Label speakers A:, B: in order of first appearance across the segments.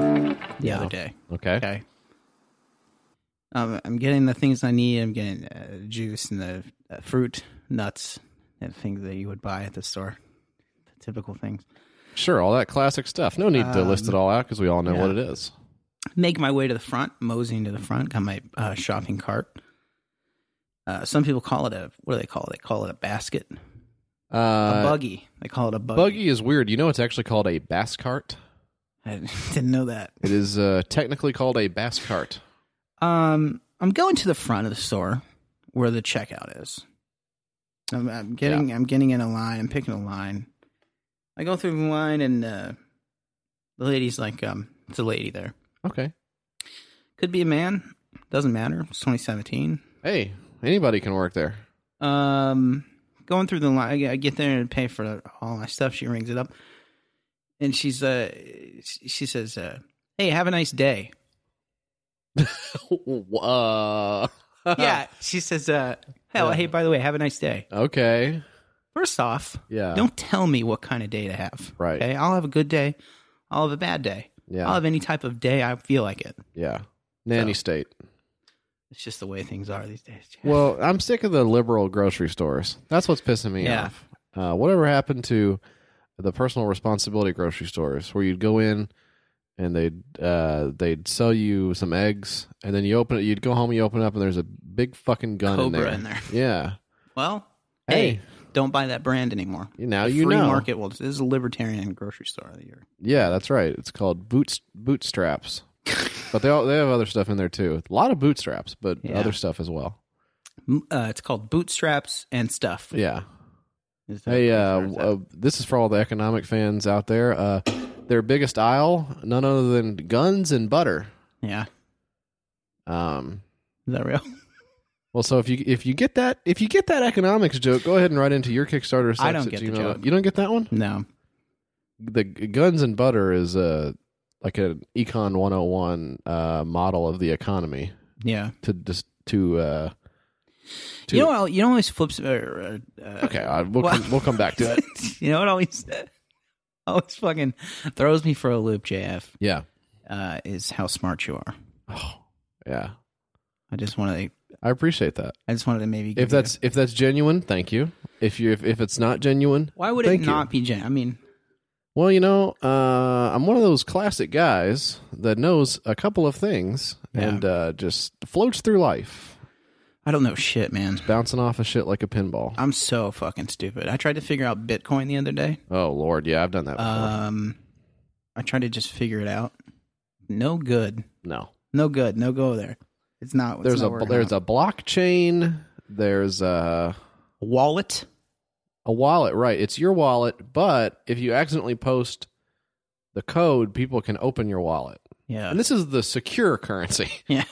A: the
B: Yeah.
A: other day.
C: Okay.
A: Okay. Um, I'm getting the things I need. I'm getting uh, juice and the uh, fruit, nuts, and things that you would buy at the store. The typical things.
C: Sure, all that classic stuff. No need to list it all out because we all know what it is.
A: Make my way to the front, moseying to the front, got my uh, shopping cart. Uh, some people call it a, what do they call it? They call it a basket. A
C: Uh,
A: buggy. They call it a buggy.
C: buggy is weird. You know, it's actually called a bass cart.
A: I didn't know that.
C: It is uh, technically called a bass cart.
A: Um, I'm going to the front of the store where the checkout is. I'm, I'm getting I'm getting in a line. I'm picking a line. I go through the line, and uh, the lady's like, um, it's a lady there.
C: Okay.
A: Could be a man. Doesn't matter. It's 2017.
C: Hey, anybody can work there.
A: Um, going through the line, I get- I get there and pay for the- all my stuff. She rings it up, and she's uh, she she says, uh, "Hey, have a nice day."
C: uh,
A: yeah, she says, uh, "Hell, hey, by the way, have a nice day."
C: Okay.
A: First off,
C: Yeah.
A: Don't tell me what kind of day to have.
C: Right.
A: Okay. I'll have a good day. I'll have a bad day.
C: Yeah.
A: I'll have any type of day I feel like it.
C: yeah. Nanny state.
A: It's just the way things are these days. Jeff.
C: Well, I'm sick of the liberal grocery stores. That's what's pissing me
A: Yeah.
C: off. Uh, whatever happened to the personal responsibility grocery stores, where you'd go in and they'd uh, they'd sell you some eggs, and then you open it, you'd go home, you open it up, and there's a big fucking gun
A: Cobra
C: in
A: in
C: there.
A: there.
C: Yeah.
A: Well, hey,
C: Hey.
A: don't buy that brand anymore.
C: Now
A: The
C: you
A: free
C: know.
A: market. Well, this is a libertarian grocery store of the year.
C: Yeah, that's right. It's called boots bootstraps. but they all, they have other stuff in there too. A lot of bootstraps, but
A: Yeah.
C: other stuff as well.
A: M- Uh, it's called Bootstraps and Stuff.
C: Yeah.
A: Is that-
C: Hey, uh,
A: is that-
C: uh, this is for all the economic fans out there. Uh, their biggest aisle, none other than guns and butter.
A: yeah.
C: Um,
A: Is that real?
C: well, so if you if you get that if you get that economics joke, go ahead and write into your Kickstarter.
A: I don't
C: sucks at
A: get the
C: gmail.
A: joke.
C: You don't get that one.
A: No.
C: The g- guns and butter is uh, like an econ one hundred and one uh, model of the economy
A: Yeah.
C: to just to. Uh, to
A: You know what? You know what always flips. Uh, uh, uh,
C: okay, uh, we'll
A: Well-
C: come, we'll come back to it.
A: you know what always always fucking throws me for a loop, JF.
C: Yeah,
A: uh, is how smart you are.
C: yeah,
A: I just wanted to,
C: I appreciate that.
A: I just wanted to maybe give
C: If that's if that's genuine, thank you. If you if, if it's not genuine,
A: why would
C: thank
A: it
C: you.
A: not be Jen? I mean,
C: Well, you know, uh, I'm one of those classic guys that knows a couple of things and uh, just floats through life,
A: I don't know shit, man.
C: bouncing off of shit like a pinball.
A: I'm so fucking stupid. I tried to figure out Bitcoin the other day.
C: oh Lord, yeah, I've done that before.
A: Um, I tried to just figure it out. No good.
C: no,
A: No good. No go there. It's not. It's
C: there's
A: not
C: a
A: working
C: there's
A: out.
C: a blockchain. There's a
A: wallet.
C: a wallet, right? It's your wallet, but if you accidentally post the code, people can open your wallet.
A: Yeah.
C: And this is the secure currency.
A: Yeah.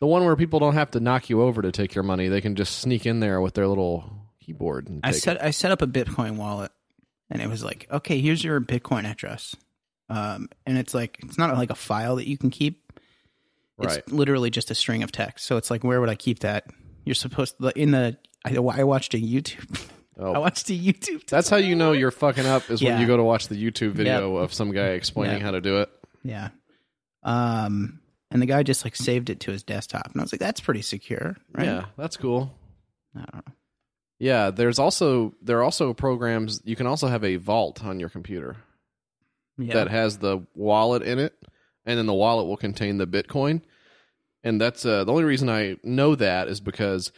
C: The one where people don't have to knock you over to take your money. They can just sneak in there with their little keyboard and
A: I
C: take it.
A: set I set up a Bitcoin wallet, and it was like, okay, here's your Bitcoin address. Um, and it's like it's not like a file that you can keep. It's
C: Right.
A: literally just a string of text. So it's like, where would I keep that? You're supposed to in the. I, I watched a YouTube.
C: Oh.
A: I watched a YouTube.
C: That's how you know you're fucking up is when
A: Yeah.
C: you go to watch the YouTube video of some guy explaining
A: Yep.
C: how to do it.
A: yeah. Um, and the guy just like saved it to his desktop, and I was like, that's pretty secure, right?
C: Yeah, that's cool.
A: I don't know.
C: Yeah, there's also there are also programs you can also have a vault on your computer
A: Yeah.
C: that has the wallet in it, and then the wallet will contain the Bitcoin. And that's uh, the only reason I know that is because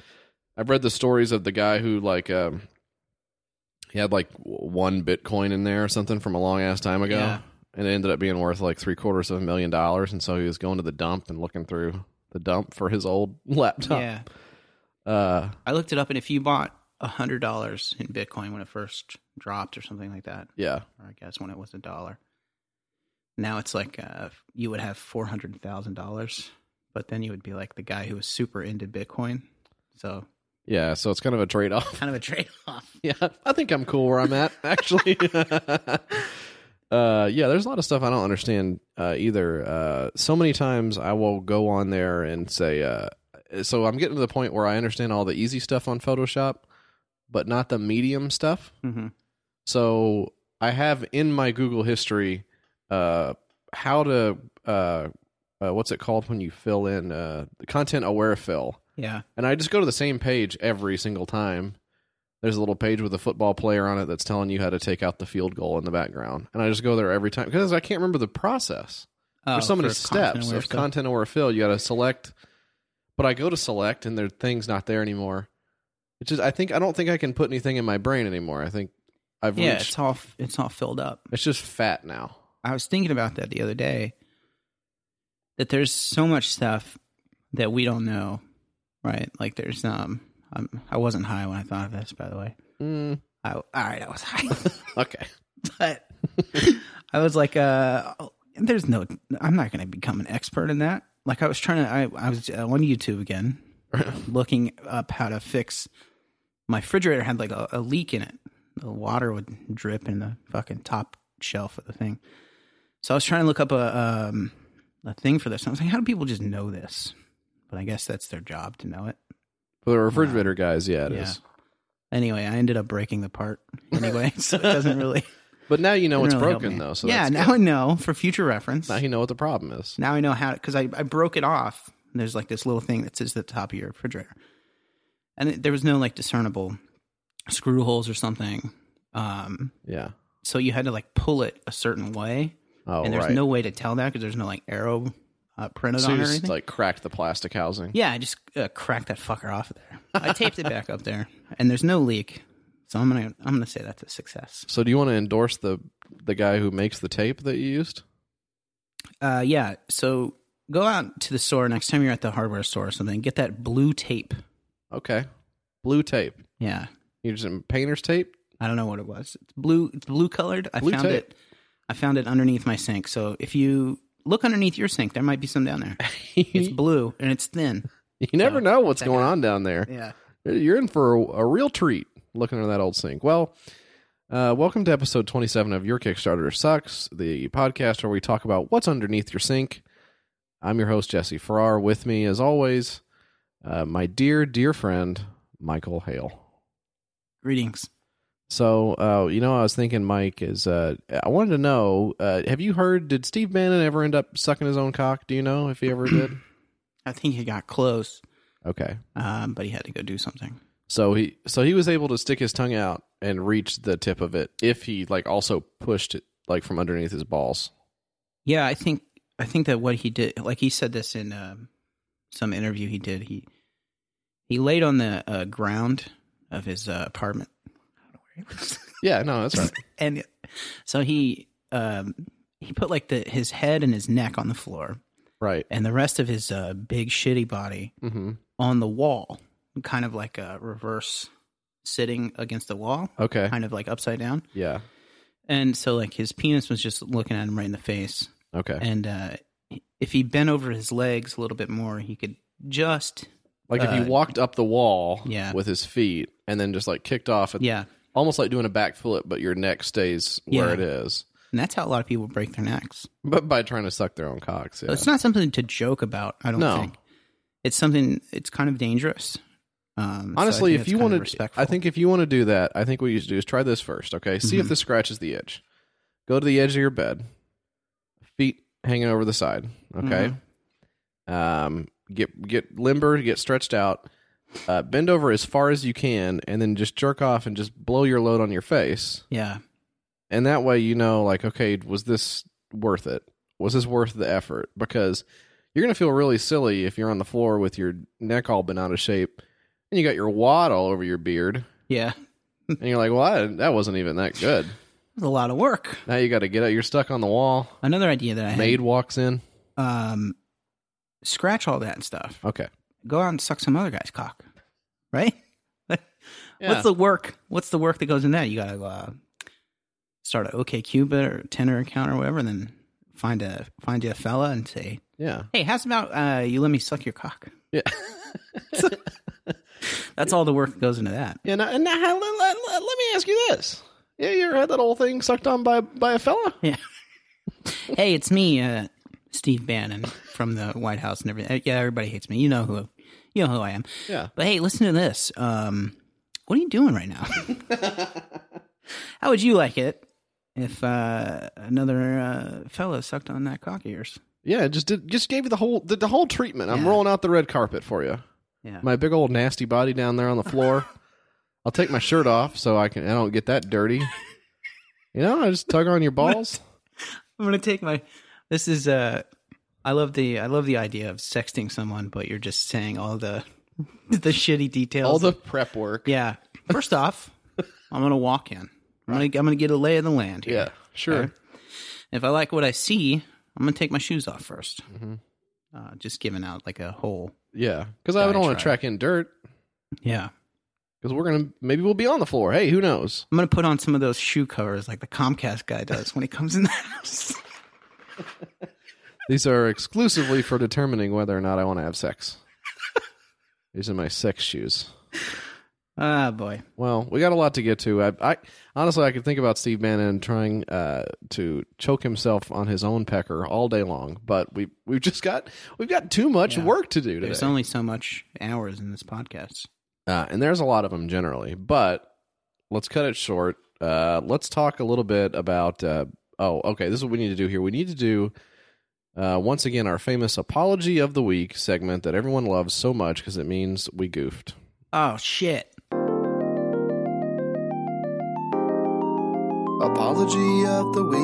C: I've read the stories of the guy who like um, he had like w- one Bitcoin in there or something from a long ass time ago,
A: Yeah.
C: and it ended up being worth like three quarters of a million dollars. And so he was going to the dump and looking through the dump for his old laptop.
A: yeah.
C: Uh,
A: I looked it up, and if you bought a hundred dollars in Bitcoin when it first dropped or something like that,
C: yeah,
A: or I guess when it was a dollar. Now it's like uh, you would have four hundred thousand dollars, but then you would be like the guy who was super into Bitcoin. So
C: yeah. So it's kind of a trade off.
A: kind of a trade off.
C: Yeah, I think I'm cool where I'm at, actually. uh, yeah, there's a lot of stuff I don't understand uh, either. Uh, so many times I will go on there and say, uh, so I'm getting to the point where I understand all the easy stuff on Photoshop, but not the medium stuff.
A: Mm-hmm.
C: So I have in my Google history uh, how to uh, uh, uh, what's it called when you fill in uh, the content aware fill.
A: Yeah.
C: And I just go to the same page every single time. There's a little page with a football player on it that's telling you how to take out the field goal in the background. And I just go there every time because I can't remember the process.
A: Oh,
C: There's so many
A: for content
C: steps
A: aware
C: of
A: stuff.
C: content or fill. You got to select, but I go to select and their thing's not there anymore. It's just I think I don't think I can put anything in my brain anymore. I think I've
A: Yeah,
C: reached.
A: it's all it's all filled up.
C: It's just fat now.
A: I was thinking about that the other day. That there's so much stuff that we don't know, right? Like there's um, I'm, I wasn't high when I thought of this, by the way.
C: Mm,
A: I, all right, I was high,
C: okay.
A: but I was like, uh, oh, there's no, I'm not going to become an expert in that. Like I was trying to, I, I was uh, on YouTube again, looking up how to fix my refrigerator had like a, a leak in it. The water would drip in the fucking top shelf of the thing. So I was trying to look up a um, a thing for this. I was like, how do people just know this? But I guess that's their job to know it.
C: For the refrigerator guys, yeah, it is.
A: Yeah. Anyway, I ended up breaking the part anyway, so it doesn't really.
C: But now you know it's
A: didn't really help
C: broken
A: me.
C: though. So
A: yeah,
C: that's
A: now
C: good.
A: I know for future reference.
C: now you know what the problem is.
A: Now I know how because I, I broke it off. And there's like this little thing that sits at the top of your refrigerator, and it, there was no like discernible screw holes or something. Um,
C: Yeah.
A: so you had to like pull it a certain way,
C: Oh,
A: and there's
C: right.
A: no way to tell that because there's no like arrow uh, printed
C: so
A: on it
C: you
A: or
C: just,
A: anything.
C: like cracked the plastic housing.
A: yeah, I just uh, cracked that fucker off of there. I taped it back up there, and there's no leak. So I'm gonna I'm gonna say that's a success.
C: So do you want to endorse the the guy who makes the tape that you used?
A: Uh, yeah. So go out to the store next time you're at the hardware store or something. Get that blue tape.
C: Okay. Blue tape.
A: Yeah.
C: You're using painter's tape?
A: I don't know what it was. It's blue. It's blue colored. I
C: Blue
A: found
C: tape.
A: it. I found it underneath my sink. So if you look underneath your sink, there might be some down there. It's blue and it's thin.
C: You never know what's
A: Oh, that
C: going
A: guy.
C: on down there.
A: Yeah.
C: You're in for a, a real treat looking under that old sink. Well, uh, welcome to episode 27 of Your Kickstarter Sucks, the podcast where we talk about what's underneath your sink. I'm your host, Jesse Farrar. With me, as always, uh, my dear, dear friend, Michael Hale.
A: Greetings.
C: So, uh, you know, I was thinking, Mike, is uh, I wanted to know uh, have you heard, did Steve Bannon ever end up sucking his own cock? Do you know if he ever did?
A: I think he got close,
C: Okay.
A: um, but he had to go do something.
C: So he so he was able to stick his tongue out and reach the tip of it if he like also pushed it like from underneath his balls.
A: Yeah, I think I think that what he did, like he said this in um, some interview he did. He he laid on the uh, ground of his uh, apartment. I don't know where he lives.
C: Yeah, no, that's right.
A: and so he um, he put like the his head and his neck on the floor,
C: right.
A: and the rest of his uh, big shitty body
C: hmm
A: on the wall, kind of like a reverse sitting against the wall,
C: Okay.
A: kind of like upside down.
C: Yeah.
A: And so like his penis was just looking at him right in the face,
C: Okay.
A: and uh, if he bent over his legs a little bit more, he could just
C: Like if he
A: uh,
C: walked up the wall
A: yeah.
C: with his feet and then just like kicked off, at,
A: yeah.
C: almost like doing a back flip, but your neck stays where
A: Yeah.
C: it is.
A: And that's how a lot of people break their necks.
C: But by trying to suck their own cocks, yeah.
A: It's not something to joke about. I don't
C: No.
A: think it's something. It's kind of dangerous. Um, so I
C: Honestly,
A: think
C: if
A: that's
C: you
A: kind of
C: want to,
A: respectful.
C: I think if you want to do that, I think what you should do is try this first. Okay, see if
A: Mhm.
C: this scratches the edge. Go to the edge of your bed, feet hanging over the side. Okay,
A: Mm-hmm.
C: um, get get limber, get stretched out, uh, bend over as far as you can, and then just jerk off and just blow your load on your face.
A: yeah,
C: And that way, you know, like, okay, was this worth it? Was this worth the effort? Because you're going to feel really silly if you're on the floor with your neck all bent out of shape and you got your wad all over your beard.
A: yeah.
C: And you're like, well, I, that wasn't even that good.
A: It's a lot of work.
C: Now you got to get out. You're stuck on the wall.
A: Another idea that I
C: Maid walks in.
A: had: um, scratch all that stuff.
C: Okay.
A: Go out and suck some other guy's cock. Right?
C: Yeah.
A: What's the work? What's the work that goes in that? You gotta uh, start a OK Cupid or Tinder account or whatever, and then find a find you a fella and say,
C: yeah.
A: "Hey, how's about uh, you let me suck your cock?"
C: Yeah.
A: That's all the work that goes into that.
C: Yeah. And, I- and I- let, let, let, let me ask you this. Yeah, you ever had that whole thing sucked on by by a fella?
A: Hey, it's me, uh, Steve Bannon from the White House and everything. Uh, Yeah, everybody hates me. You know who, you know who I am.
C: Yeah.
A: But hey, listen to this. Um, what are you doing right now? How would you like it if uh, another uh, fellow sucked on that cock of yours?
C: Yeah, it just did, just gave you the whole the, the whole treatment. I'm
A: Yeah.
C: rolling out the red carpet for you.
A: Yeah.
C: My big old nasty body down there on the floor. I'll take my shirt off so I can I don't get that dirty. You know, I just tug on your balls.
A: I'm gonna take my. This is uh, I love the I love the idea of sexting someone, but you're just saying all the the shitty details.
C: All the prep work.
A: yeah. First off, I'm gonna walk in. I'm gonna I'm gonna get a lay of the land. Here.
C: Yeah, sure.
A: Okay. If I like what I see, I'm gonna take my shoes off 1st
C: Mhm.
A: Uh, just giving out like a whole.
C: Yeah, because I don't want
A: Diatribe.
C: to track in dirt.
A: Yeah.
C: Because we're gonna maybe we'll be on the floor. Hey, who knows?
A: I'm gonna put on some of those shoe covers like the Comcast guy does when he comes in the house.
C: These are exclusively for determining whether or not I want to have sex. These are my sex shoes.
A: Ah, boy.
C: Well, we got a lot to get to. I, I honestly, I could think about Steve Bannon trying uh, to choke himself on his own pecker all day long, but we we've just got we've got too much
A: Yeah.
C: work to do today,
A: There's only so much hours in this podcast.
C: uh, and there's a lot of them generally. But let's cut it short. Uh, let's talk a little bit about. Uh, oh, okay. This is what we need to do here. We need to do. Uh, once again, our famous apology of the week segment that everyone loves so much because it means we goofed.
A: Oh shit.
B: Apology of the Week.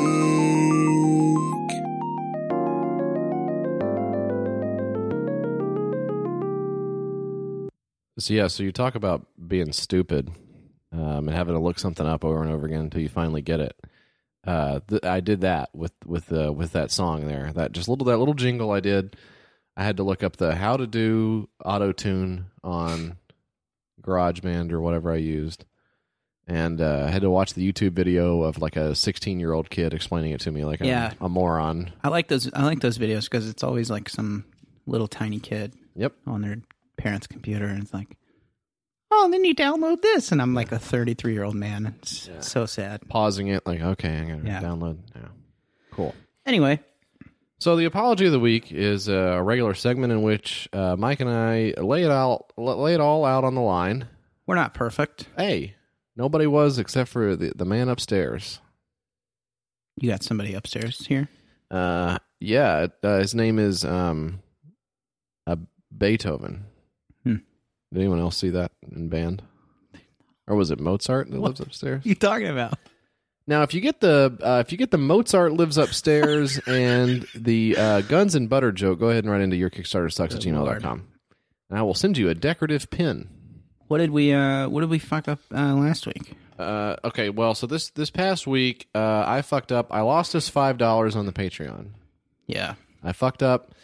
C: So yeah, so you talk about being stupid um, and having to look something up over and over again until you finally get it. Uh, th- I did that with with uh, with that song there. That just little that little jingle I did. I had to look up the how to do auto tune on GarageBand or whatever I used, and uh, I had to watch the YouTube video of like a 16 year old kid explaining it to me like I'm
A: Yeah.
C: a moron.
A: I like those. I like those videos because it's always like some little tiny kid
C: Yep.
A: on their parents' computer, and it's like, oh, then you download this, and I'm like a 33 year old man. It's
C: Yeah.
A: so sad.
C: Pausing it like okay, I'm gonna
A: Yeah.
C: download now. Cool.
A: Anyway,
C: So the apology of the week is a regular segment in which uh, Mike and I lay it out, lay it all out on the line.
A: we're not perfect.
C: Hey, nobody was except for the, the man upstairs.
A: You got somebody upstairs here.
C: Uh, yeah, uh, his name is um, uh, Beethoven.
A: Hmm.
C: Did anyone else see that in band, or was it Mozart that
A: What?
C: lives upstairs?
A: you talking about?
C: Now, if you get the uh, if you get the Mozart lives upstairs and the uh, guns and butter joke, go ahead and write into your Kickstarter sucks at
A: Good lord.
C: gmail.com. and I will send you a decorative pin.
A: What did we? uh What did we fuck up uh, last week?
C: Uh, okay, well, so this this past week, uh, I fucked up. I lost us five dollars on the Patreon.
A: Yeah,
C: I fucked up.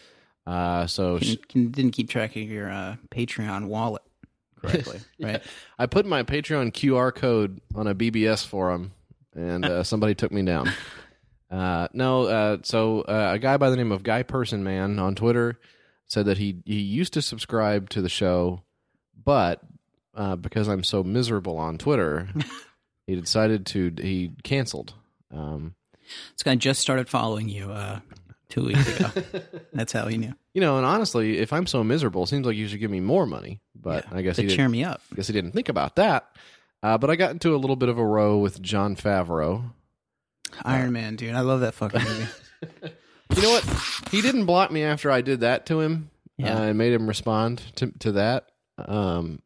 C: Uh, so
A: can,
C: sh-
A: can, didn't keep track of your uh, Patreon wallet correctly, right?
C: I put my Patreon QR code on a BBS forum, and uh, somebody took me down. Uh, no, uh, so uh, a guy by the name of Guy Person Man on Twitter said that he he used to subscribe to the show, but uh, because I'm so miserable on Twitter, he decided to he canceled. Um,
A: This guy just started following you uh two weeks ago. That's how he knew.
C: you know, and honestly, if I'm so miserable, it seems like you should give me more money. But I guess
A: To
C: he didn't.
A: cheer me up.
C: guess he didn't think about that. Uh, but I got into a little bit of a row with John Favreau.
A: Iron Man, dude. I love that fucking movie.
C: You know what? He didn't block me after I did that to him.
A: Yeah.
C: Uh, I made him respond to to that. Um,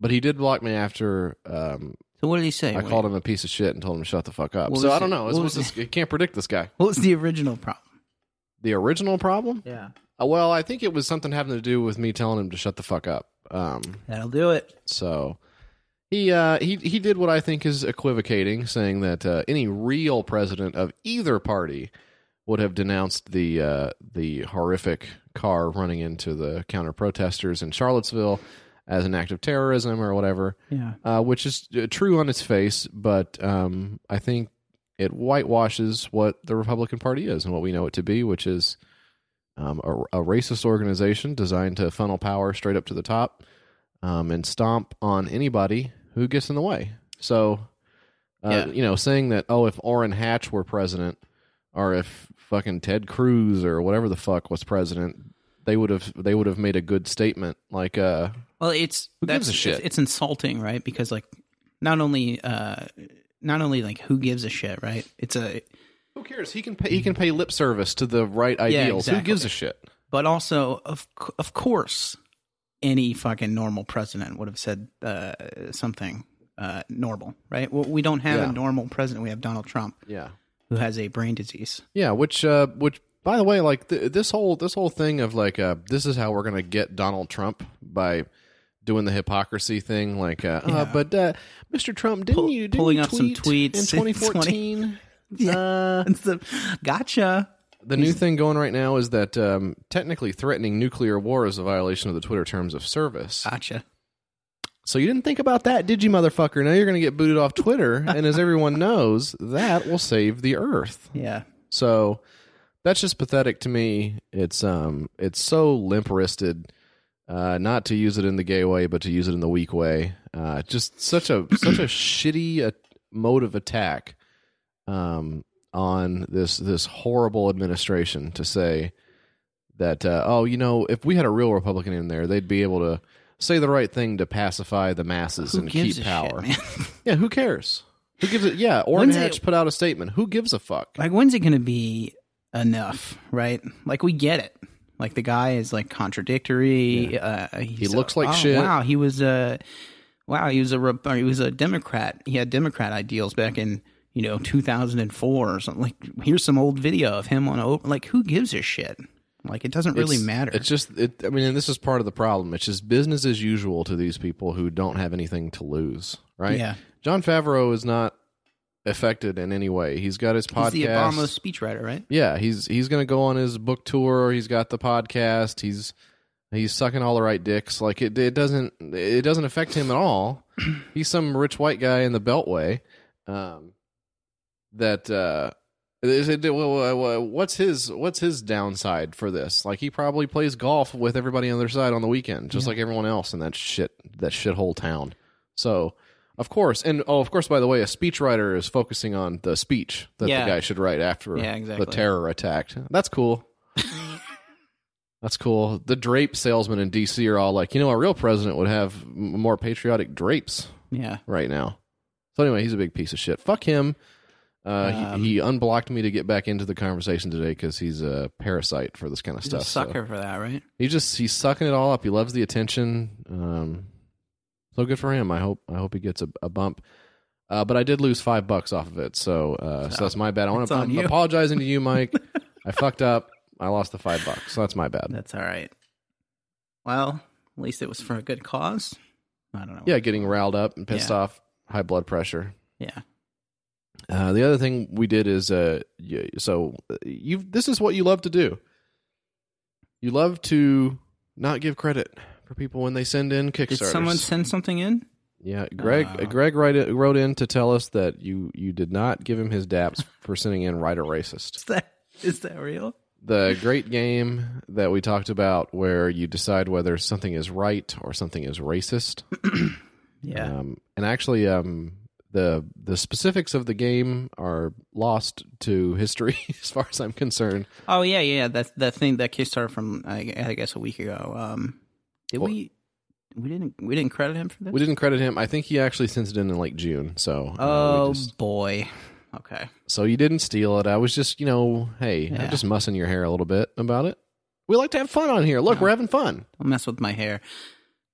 C: but he did block me after um,
A: so what did he say?
C: I
A: What-
C: called him a piece of shit and told him to shut the fuck up.
A: What
C: so
A: was
C: I don't
A: it-
C: know. It's,
A: what
C: what's
A: was
C: this, I can't predict this guy.
A: What was the original problem?
C: The original problem?
A: Yeah.
C: Uh, well, I think it was something having to do with me telling him to shut the fuck up. Um,
A: That'll do it.
C: So he uh, he he did what I think is equivocating, saying that uh, any real president of either party would have denounced the uh, the horrific car running into the counter protesters in Charlottesville as an act of terrorism or whatever,
A: Yeah.
C: uh, which is uh, true on its face, but um, I think it whitewashes what the Republican Party is and what we know it to be, which is um, a, a racist organization designed to funnel power straight up to the top um, and stomp on anybody who gets in the way. So, uh,
A: Yeah.
C: you know, saying that, oh, if Orrin Hatch were president or if fucking Ted Cruz or whatever the fuck was president, they would have they would have made a good statement like uh
A: Well, it's
C: Who
A: that's
C: gives a shit?
A: It's, it's insulting, right? Because like, not only uh, not only like who gives a shit, right? It's a
C: Who cares? He can pay. He can pay lip service to the right ideals. Who
A: exactly.
C: gives a shit?
A: But also, of c- of course, any fucking normal president would have said uh, something uh, normal, right? Well, we don't have
C: Yeah.
A: a normal president. We have Donald Trump,
C: Yeah,
A: who has a brain disease.
C: yeah. Which, uh, which, by the way, like th- this whole this whole thing of like, uh, this is how we're gonna get Donald Trump by doing the hypocrisy thing. Like, uh, uh
A: Yeah.
C: but uh, Mr. Trump, didn't
A: Pull-
C: you didn't
A: pulling
C: you
A: up some
C: tweet
A: tweets in
C: in 2014? Uh,
A: It's the gotcha.
C: The new thing going right now is that um, technically threatening nuclear war is a violation of the Twitter terms of service.
A: Gotcha.
C: So you didn't think about that, did you, motherfucker? Now you're going to get booted off Twitter, and as everyone knows, that will save the Earth.
A: Yeah.
C: So that's just pathetic to me. It's um, it's so limp wristed. Uh, not to use it in the gay way, but to use it in the weak way. Uh, just such a such a shitty uh, mode of attack um, on this this horrible administration to say that uh, oh you know if we had a real Republican in there they'd be able to say the right thing to pacify the masses
A: Who
C: and
A: gives
C: keep
A: a
C: power.
A: shit, man?
C: yeah, who cares? Who gives it? Yeah, Orrin
A: When's it-
C: Hatch put out a statement. Who gives a fuck?
A: like when's it going to be enough right like we get it like the guy is like contradictory uh,
C: He
A: he's
C: looks
A: a-
C: like
A: oh,
C: shit.
A: wow he was a wow he was a rep- or he was a democrat he had democrat ideals back in you know 2004 or something like here's some old video of him on open like who gives a shit like it doesn't really
C: It's-
A: matter
C: It's just, it, I mean, and this is part of the problem. It's just business as usual to these people who don't have anything to lose, right?
A: yeah
C: John Favreau is not affected in any way. He's got his podcast.
A: he's the obama speechwriter right
C: yeah, he's he's going to go on his book tour. He's got the podcast. He's he's sucking all the right dicks. Like it, it doesn't it doesn't affect him at all. he's some rich white guy in the Beltway. Um, that uh, is it, well, what's his what's his downside for this? Like he probably plays golf with everybody on their side on the weekend, just
A: Yeah.
C: like everyone else in that shit that shithole town. So. Of course, and oh, of course. By the way, a speechwriter is focusing on the speech that
A: Yeah.
C: the guy should write after
A: Yeah, exactly.
C: the terror attack. That's cool. That's cool. The drape salesmen in DC are all like, you know, a real president would have m- more patriotic drapes
A: yeah
C: right now. So anyway, he's a big piece of shit. Fuck him. Uh, he-
A: Um,
C: he, unblocked me to get back into the conversation today because he's a parasite for this kind of
A: he's
C: stuff.
A: a
C: so-
A: sucker for that right
C: he just he's sucking it all up. He loves the attention. Um, so good for him. I hope I hope he gets a, a bump. Uh, but I did lose five bucks off of it, so uh, so,
A: So,
C: that's my bad. I want
A: it's
C: to.
A: on
C: I'm
A: you.
C: apologizing to you, Mike. I fucked up. I lost the five bucks, so that's my bad.
A: that's all right well at least it was for a good cause i don't know
C: Yeah, getting riled up and pissed
A: Yeah.
C: off, high blood pressure.
A: yeah
C: Uh, the other thing we did is uh, y- so uh, you this is what you love to do. You love to not give credit for people when they send in Kickstarters.
A: Did someone send something in?
C: Yeah, Greg.
A: Uh.
C: Greg write wrote in to tell us that you you did not give him his daps for sending in right or racist.
A: Is that is that real?
C: The great game that we talked about, where you decide whether something is right or something is racist.
A: Yeah.
C: Um, and actually, um, the the specifics of the game are lost to history, as far as I'm concerned.
A: oh yeah, yeah. That that thing that Kickstarter from I, I guess a week ago. Um, did
C: Well-
A: we? We didn't. We didn't credit him for this.
C: We didn't credit him. I think he actually sent it in in like June. So uh, we
A: oh
C: just-
A: boy. Okay.
C: So you didn't steal it. I was just, you know, hey,
A: Yeah.
C: I'm just mussing your hair a little bit about it. We like to have fun on here. Look, we're having fun.
A: Don't mess with my hair.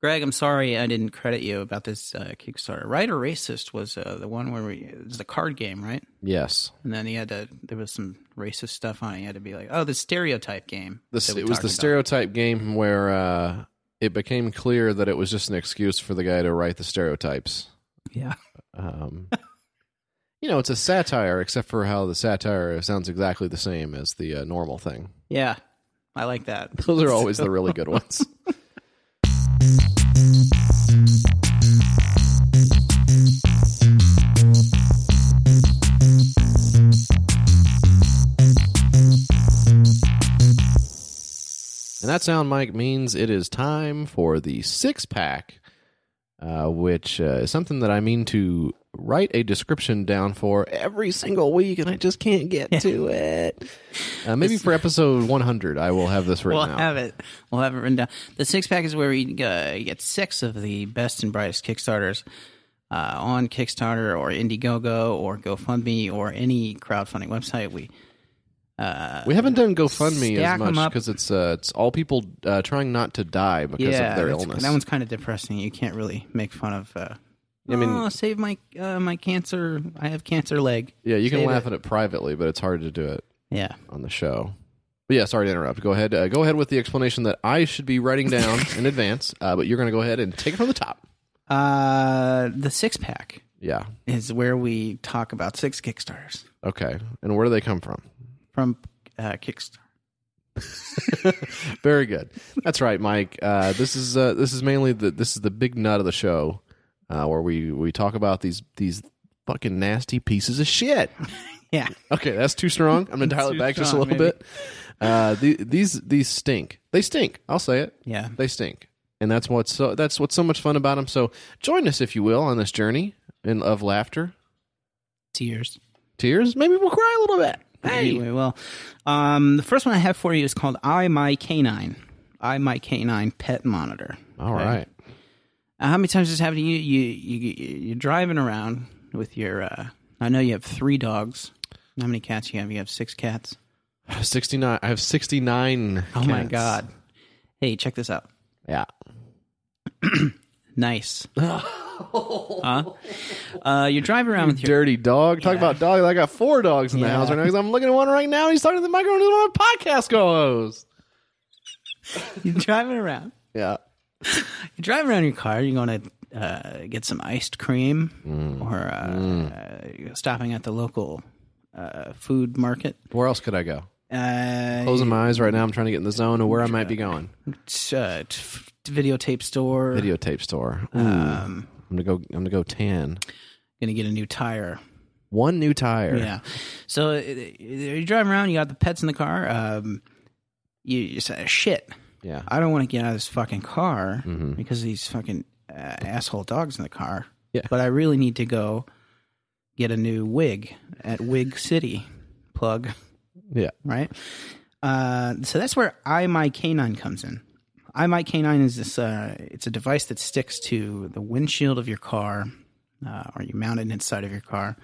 A: Greg, I'm sorry I didn't credit you about this uh, Kickstarter. Right or racist was uh, the one where we it was the card game, right?
C: Yes,
A: And then he had to. There was some racist stuff on it. He had to be like, oh, the stereotype game.
C: this
A: that we
C: it was the
A: talked about.
C: stereotype game where uh, it became clear that it was just an excuse for the guy to write the stereotypes.
A: Yeah.
C: Um, you know, it's a satire, except for how the satire sounds exactly the same as the uh, normal thing.
A: Yeah. I like that.
C: Those are always the really good ones. And that sound, Mike, means it is time for the six pack, uh, which uh, is something that I mean to write a description down for every single week, and I just can't get to it. Uh, maybe for episode 100, I will have this written
A: we'll
C: out.
A: have it. We'll have it written down. The six pack is where we uh, get six of the best and brightest Kickstarters uh, on Kickstarter or Indiegogo or GoFundMe or any crowdfunding website. We uh,
C: We haven't done GoFundMe
A: stack
C: as
A: 'em
C: much
A: up.
C: because it's uh, it's all people uh, trying not to die because of their
A: that's-
C: illness.
A: That one's kind of depressing. You can't really make fun of. Uh,
C: I mean-
A: "Oh, save my uh, my cancer. I have cancer leg.
C: yeah, you can
A: Save
C: laugh
A: it.
C: at it privately, but it's hard to do it
A: Yeah.
C: on the show. But yeah, sorry to interrupt. Go ahead. Uh, go ahead with the explanation that I should be writing down in advance, uh, but you're going to go ahead and take it from the top.
A: Uh, the six pack
C: Yeah.
A: is where we talk about six kickstarters
C: Okay. And where do they come from?
A: from uh, Kickstarter.
C: Very good. That's right, Mike. Uh, this is uh, this is mainly the this is the big nut of the show, uh, where we we talk about these these fucking nasty pieces of shit.
A: Yeah.
C: Okay, that's too strong. I'm gonna dial
A: Too
C: it back just a
A: strong,
C: little
A: maybe.
C: bit. Uh, the, these these stink. They stink. I'll say it.
A: Yeah.
C: They stink, and that's what's so that's what's so much fun about them. So join us if you will on this journey in of laughter,
A: Tears.
C: tears. Maybe we'll cry a little bit. Hey,
A: Anyway, well, um, the first one I have for you is called I My Canine. I My Canine Pet Monitor.
C: all right.
A: Uh, how many times has this happened to you? You you you- you're driving around with your. Uh, I know you have three dogs. How many cats you have? You have six cats.
C: Sixty nine. I have sixty nine.
A: Oh my god! Hey, check this out.
C: Yeah.
A: Nice. huh? Uh, you drive around with your
C: dirty dog. Talk about dog. I got four dogs in the
A: Yeah.
C: house right now because I'm looking at one right now. And he's talking to the microphone. He's one of my podcast co-hosts.
A: you're driving around.
C: Yeah.
A: You're driving around in your car. You're going to uh, get some iced cream, or uh, uh, you're stopping at the local uh, food market.
C: Where else could I go?
A: Uh,
C: Closing my eyes right now. I'm trying to get in the zone of where I might be going.
A: t- uh, t- f- videotape store.
C: Videotape store. Um, I'm gonna go. I'm gonna go tan.
A: Gonna get a new tire.
C: One new tire.
A: Yeah. So uh, you're driving around. You got the pets in the car. Um, you, you say, "Shit,
C: Yeah.
A: I don't want to get out of this fucking car because of these fucking uh, asshole dogs in the car."
C: Yeah.
A: But I really need to go get a new wig at Wig City. Plug
C: Yeah.
A: right? Uh, so that's where I My Canine comes in. I My Canine is this. Uh, it's a device that sticks to the windshield of your car, uh, or you mount it inside of your car.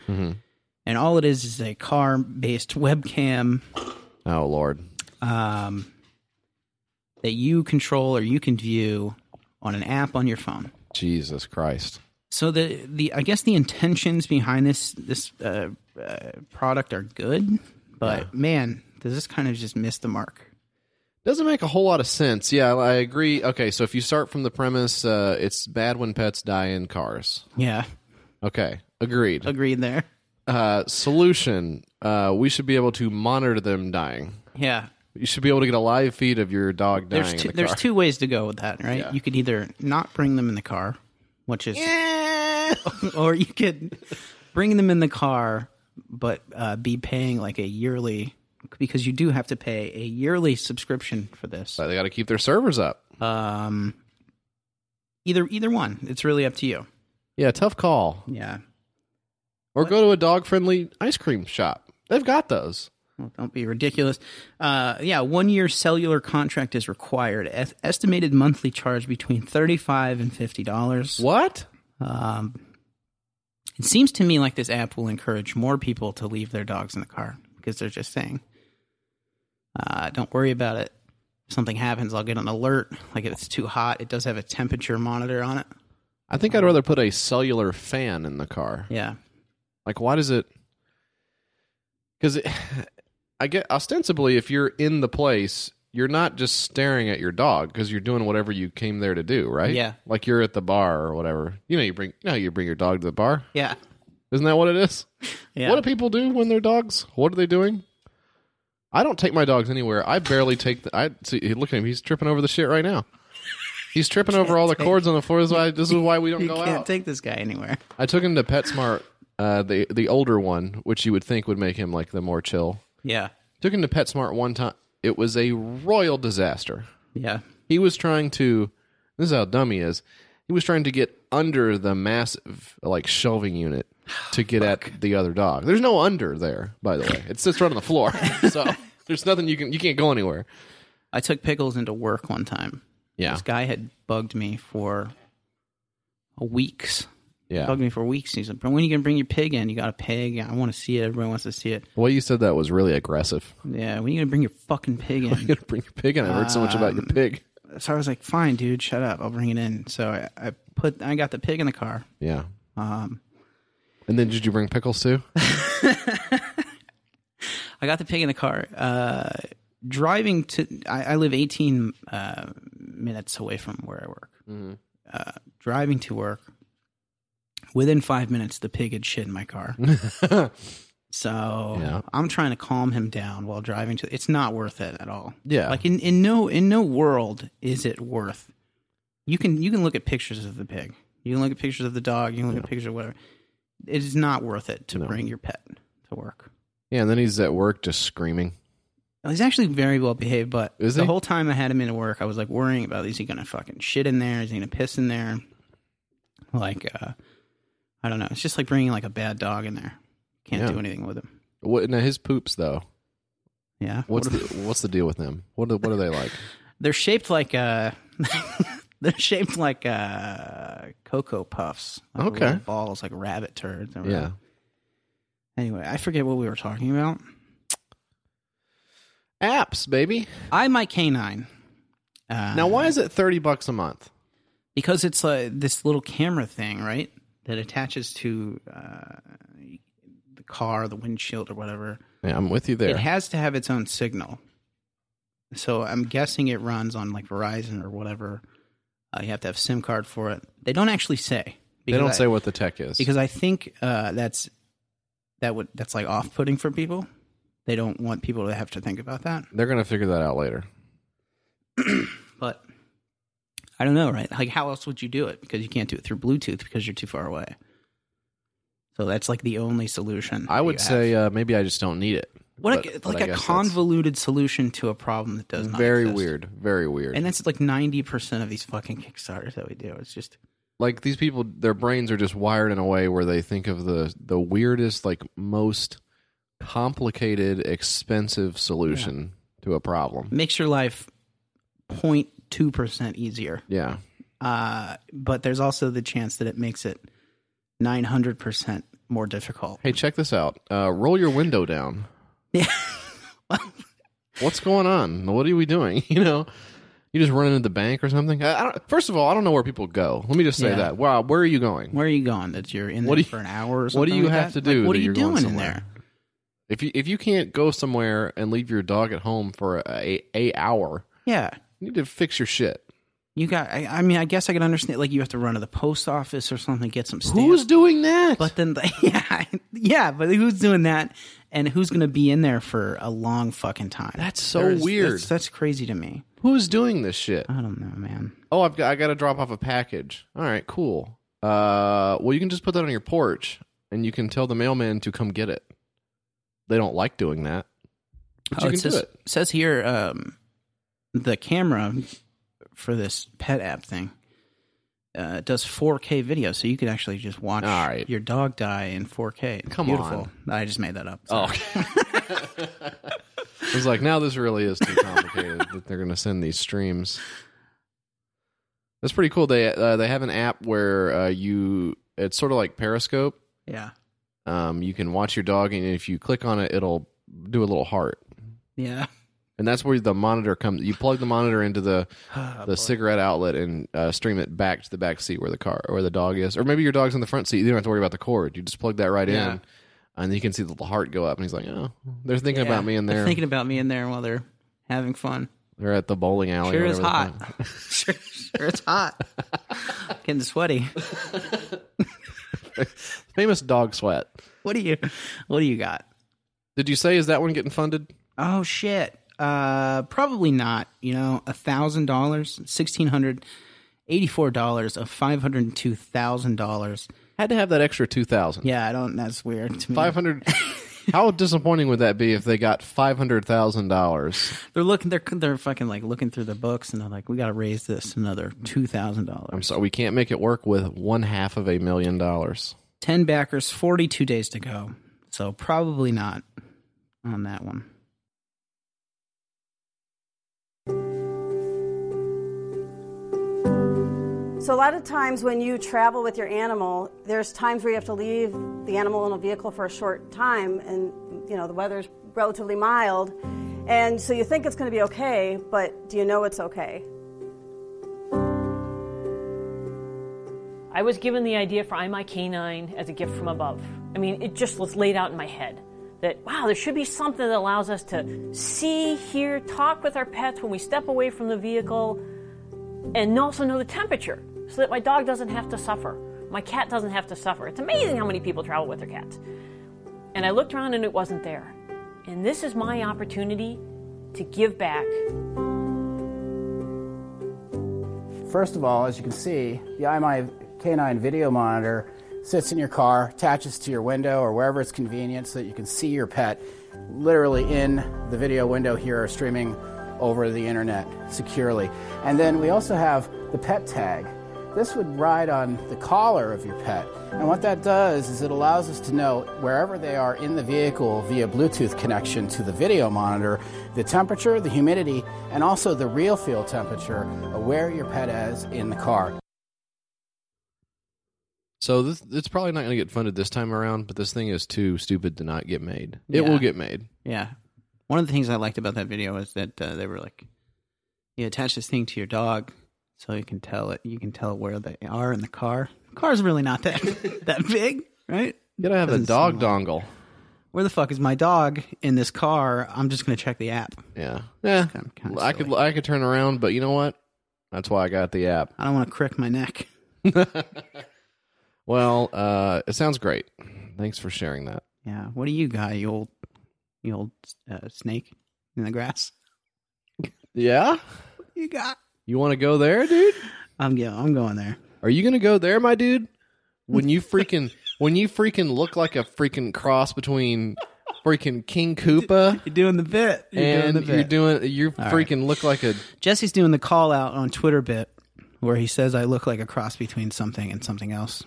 A: And all it is is a car-based webcam
C: Oh Lord.
A: um, that you control or you can view on an app on your phone.
C: Jesus Christ.
A: So the the I guess the intentions behind this this uh, uh, product are good, but man, does this kind of just miss the mark?
C: Doesn't make a whole lot of sense. Yeah, I agree. Okay, so if you start from the premise, uh, it's bad when pets die in cars.
A: Yeah.
C: Okay, agreed.
A: agreed there.
C: uh, solution, uh, we should be able to monitor them dying.
A: Yeah.
C: You should be able to get a live feed of your dog dying
A: There's
C: in
A: two,
C: the
A: there's
C: car.
A: two ways to go with that, right? You could either not bring them in the car, which is, or you could bring them in the car, but uh, be paying like a yearly, because you do have to pay a yearly subscription for this.
C: But they got to keep their servers up.
A: Um, either either one, it's really up to you.
C: Yeah, tough call.
A: Yeah.
C: Or go to a dog-friendly ice cream shop. They've got those.
A: Well, don't be ridiculous. Uh, yeah, one year cellular contract is required. Es- estimated monthly charge between thirty five and fifty dollars.
C: What?
A: Um, it seems to me like this app will encourage more people to leave their dogs in the car because they're just saying, uh, "Don't worry about it. If something happens, I'll get an alert. Like if it's too hot, it does have a temperature monitor on it.
C: I think I'd rather put a cellular fan in the car.
A: Yeah,
C: Like, why does it? Because it, I get ostensibly, if you're in the place, you're not just staring at your dog because you're doing whatever you came there to do, right?
A: Yeah.
C: Like you're at the bar or whatever. You know, you bring you know you bring your dog to the bar.
A: yeah,
C: Isn't that what it is?
A: yeah.
C: What do people do when their dogs? What are they doing? I don't take my dogs anywhere. I barely take. The, I see. Look at him. He's tripping over the shit right now. He's tripping over all the cords on the floor. This is why, this is why we don't
A: you
C: go
A: can't
C: out.
A: take this guy anywhere.
C: I took him to PetSmart, uh, the the older one, which you would think would make him like the more chill.
A: Yeah,
C: Took him to PetSmart one time. It was a royal disaster.
A: yeah,
C: He was trying to. This is how dumb he is. He was trying to get under the massive like shelving unit to get at the other dog. There's no under there, by the way. It sits right on the floor, so there's nothing you can you can't go anywhere.
A: I took pickles into work one time.
C: Yeah,
A: This guy had bugged me for weeks.
C: Yeah.
A: Bugged me for weeks. He's like, "Bro, when you gonna bring your pig in? You got a pig. I want to see it. Everyone wants to see it.
C: The way you said that was really aggressive.
A: Yeah, when you gonna bring your fucking pig
C: Why you
A: in?
C: gonna bring your pig in? I heard so much about your
A: Um,
C: pig.
A: so I was like, fine, dude, shut up. I'll bring it in. So I, I put, I got the pig in the car.
C: Yeah.
A: Um,
C: And then did you bring pickles too?
A: I got the pig in the car. Uh, driving to, I, I live 18 uh, minutes away from where I work.
C: Mm-hmm.
A: Uh, driving to work, within five minutes, the pig had shit in my car. So
C: Yeah.
A: I'm trying to calm him down while driving to. It's not worth it at all.
C: yeah.
A: Like in, in no in no world is it worth. You can you can look at pictures of the pig. You can look at pictures of the dog. You can look at pictures of whatever. It is not worth it to
C: No.
A: bring your pet to work.
C: yeah. And then he's at work just screaming.
A: He's actually very well behaved, but
C: Is
A: the
C: he?
A: whole time I had him into work, I was like worrying about is he gonna fucking shit in there? Is he gonna piss in there? Like uh I don't know. It's just like bringing like a bad dog in there. Can't
C: Yeah.
A: do anything with him.
C: What now? His poops though.
A: Yeah.
C: What's
A: What-
C: the what's the deal with them? What are, what are they like?
A: they're shaped like uh they're shaped like uh cocoa puffs like
C: Okay.
A: little balls like rabbit turds or
C: Yeah.
A: whatever. anyway i forget what we were talking about
C: Apps, baby.
A: i my canine uh,
C: Now, why is it thirty bucks a month?
A: because it's uh, this little camera thing right that attaches to uh, the car the windshield or whatever
C: Yeah, I'm with you there.
A: it has to have its own signal so i'm guessing it runs on like verizon or whatever uh, you have to have sim card for it they don't actually say
C: they don't
A: because I-
C: say what the tech is.
A: because I think uh, that's that would that's like off putting for people. They don't want people to have to think about that.
C: they're gonna figure that out later.
A: But I don't know, right? Like, how else would you do it? Because you can't do it through Bluetooth because you're too far away. So that's like the only solution.
C: I
A: that
C: would
A: you
C: say
A: have.
C: uh, maybe I just don't need it.
A: what
C: but-
A: a,
C: but
A: like
C: I
A: a
C: guess that's
A: convoluted solution to a problem that does not
C: Very
A: exist.
C: weird. Very weird.
A: And that's like ninety percent of these fucking kickstarters that we do. It's just
C: like these people their brains are just wired in a way where they think of the the weirdest like most complicated expensive solution to a problem
A: makes your life 02 percent easier.
C: yeah
A: uh, but there's also the chance that it makes it 900% more difficult.
C: hey check this out uh roll your window down
A: Yeah.
C: what's going on what are we doing you know you just run into the bank or something I, I don't, first of all i don't know where people go let me just say
A: Yeah.
C: that wow where are you going
A: Where are you going? That you're in
C: What
A: there
C: do you-
A: for an hour or something?
C: what do you
A: like
C: have
A: that?
C: to do
A: Like, what
C: that
A: are you
C: you're going
A: doing in
C: somewhere?
A: there?
C: if you if you can't go somewhere and leave your dog at home for a, a hour
A: Yeah.
C: you need to fix your shit
A: You got, I, I mean, I guess I can understand, like, you have to run to the post office or something, get some stamps.
C: who's doing that
A: but then, the, yeah, yeah, but who's doing that? And who's going to be in there for a long fucking time?
C: That's so
A: There's-
C: weird.
A: That's, that's crazy to me.
C: who's doing this shit
A: I don't know, man.
C: oh i've got i gotta drop off a package all right cool uh well you can just put that on your porch and you can tell the mailman to come get it they don't like doing that but you
A: Oh, it
C: can
A: says,
C: do it
A: says here um, the camera for this pet app thing uh, does 4K video, so you can actually just watch
C: All right.
A: your dog die in 4K. It's
C: Come Oh.
A: beautiful. I just made that up. Sorry.
C: I was Oh. like, now this really is too complicated that they're going to send these streams. That's pretty cool. They uh, they have an app where uh, you it's sort of like Periscope.
A: yeah,
C: Um, you can watch your dog, and if you click on it, it'll do a little heart,
A: yeah.
C: and that's where the monitor comes. You plug the monitor into the
A: Ah,
C: the cigarette outlet and uh, stream it back to the back seat where the car where the dog is, or maybe your dog's in the front seat. You don't have to worry about the cord. You just plug that right
A: Yeah.
C: in, and you can see the little heart go up. And he's like, "Oh, they're thinking
A: Yeah.
C: about me in
A: They're
C: there.
A: thinking about me in there while they're having fun.
C: They're at the bowling alley.
A: Sure
C: or
A: is
C: whatever the
A: hot. sure, sure it's hot. Getting sweaty.
C: thing- Famous dog sweat.
A: What do you? What do you got?
C: Did you say is that one getting funded?
A: Oh shit. Uh probably not. You know, a thousand dollars, sixteen hundred eighty-four dollars of five hundred and two thousand dollars.
C: Had to have that extra two thousand.
A: Yeah, I don't that's weird to me.
C: Five hundred. How disappointing would that be if they got five hundred thousand dollars?
A: They're looking they're they're fucking like looking through the books and they're like, We gotta raise this another two thousand
C: I'm
A: dollars.
C: sorry, we can't make it work with one half of a million dollars.
A: Ten backers, forty-two days to go. So probably not on that one.
D: So a lot of times when you travel with your animal, there's times where you have to leave the animal in a vehicle for a short time, and you know the weather's relatively mild, and so you think it's going to be okay, but do you know it's okay?
E: I was given the idea for I My Canine as a gift from above. I mean, it just was laid out in my head that, wow, there should be something that allows us to see, hear, talk with our pets when we step away from the vehicle and also know the temperature so that my dog doesn't have to suffer. My cat doesn't have to suffer. It's amazing how many people travel with their cats. And I looked around and it wasn't there. And this is my opportunity to give back.
F: First of all, as you can see, the iMy Canine video monitor sits in your car, attaches to your window or wherever it's convenient so that you can see your pet literally in the video window here or streaming over the internet securely. And then we also have the pet tag. This would ride on the collar of your pet. And what that does is it allows us to know wherever they are in the vehicle via Bluetooth connection to the video monitor, the temperature, the humidity, and also the real feel temperature of where your pet is in the car.
C: So this, it's probably not going to get funded this time around, but this thing is too stupid to not get made. It
A: Yeah.
C: will get made.
A: Yeah. One of the things I liked about that video is that uh, they were like, you attach this thing to your dog so you can tell it. You can tell where they are in the car. The car's really not that that big, right?
C: You gotta have a
A: Doesn't
C: dog
A: seem like-
C: dongle.
A: Where the fuck is my dog in this car? I'm just gonna check the app.
C: Yeah, yeah.
A: Kinda- kinda
C: I could I could turn around, but you know what? That's why I got the app.
A: I don't want to crick my neck.
C: Well, uh, it sounds great. Thanks for sharing that.
A: Yeah. What do you got, you old, you old uh, snake in the grass?
C: Yeah,
A: You got?
C: you want to go there, dude?
A: I'm yeah, I'm going there.
C: Are you gonna go there, my dude? When you freaking when you freaking look like a freaking cross between freaking King Koopa
A: You're doing the bit. You're
C: and
A: doing the bit.
C: you're doing you freaking look like a
A: Jesse's doing the call out on Twitter bit where he says I look like a cross between something and something else.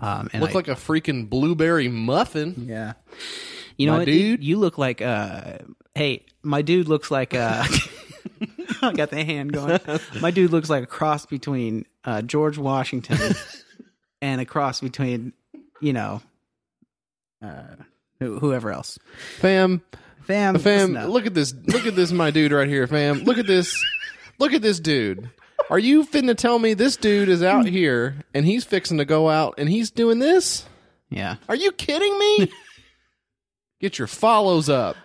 A: Um, and
C: look
A: I-
C: like a freaking blueberry muffin.
A: yeah, you know,
C: My
A: what, you-
C: dude?
A: You, look like uh, hey, my dude looks like uh, I got the hand going. My dude looks like a cross between uh, George Washington and a cross between you know, uh, who- whoever else.
C: Fam,
A: Fam,
C: fam,
A: listen up.
C: look at this look at this my dude right here, fam. Look at this look at this dude. Are you finna tell me this dude is out here and he's fixing to go out and he's doing this?
A: yeah,
C: Are you kidding me? Get your follows up.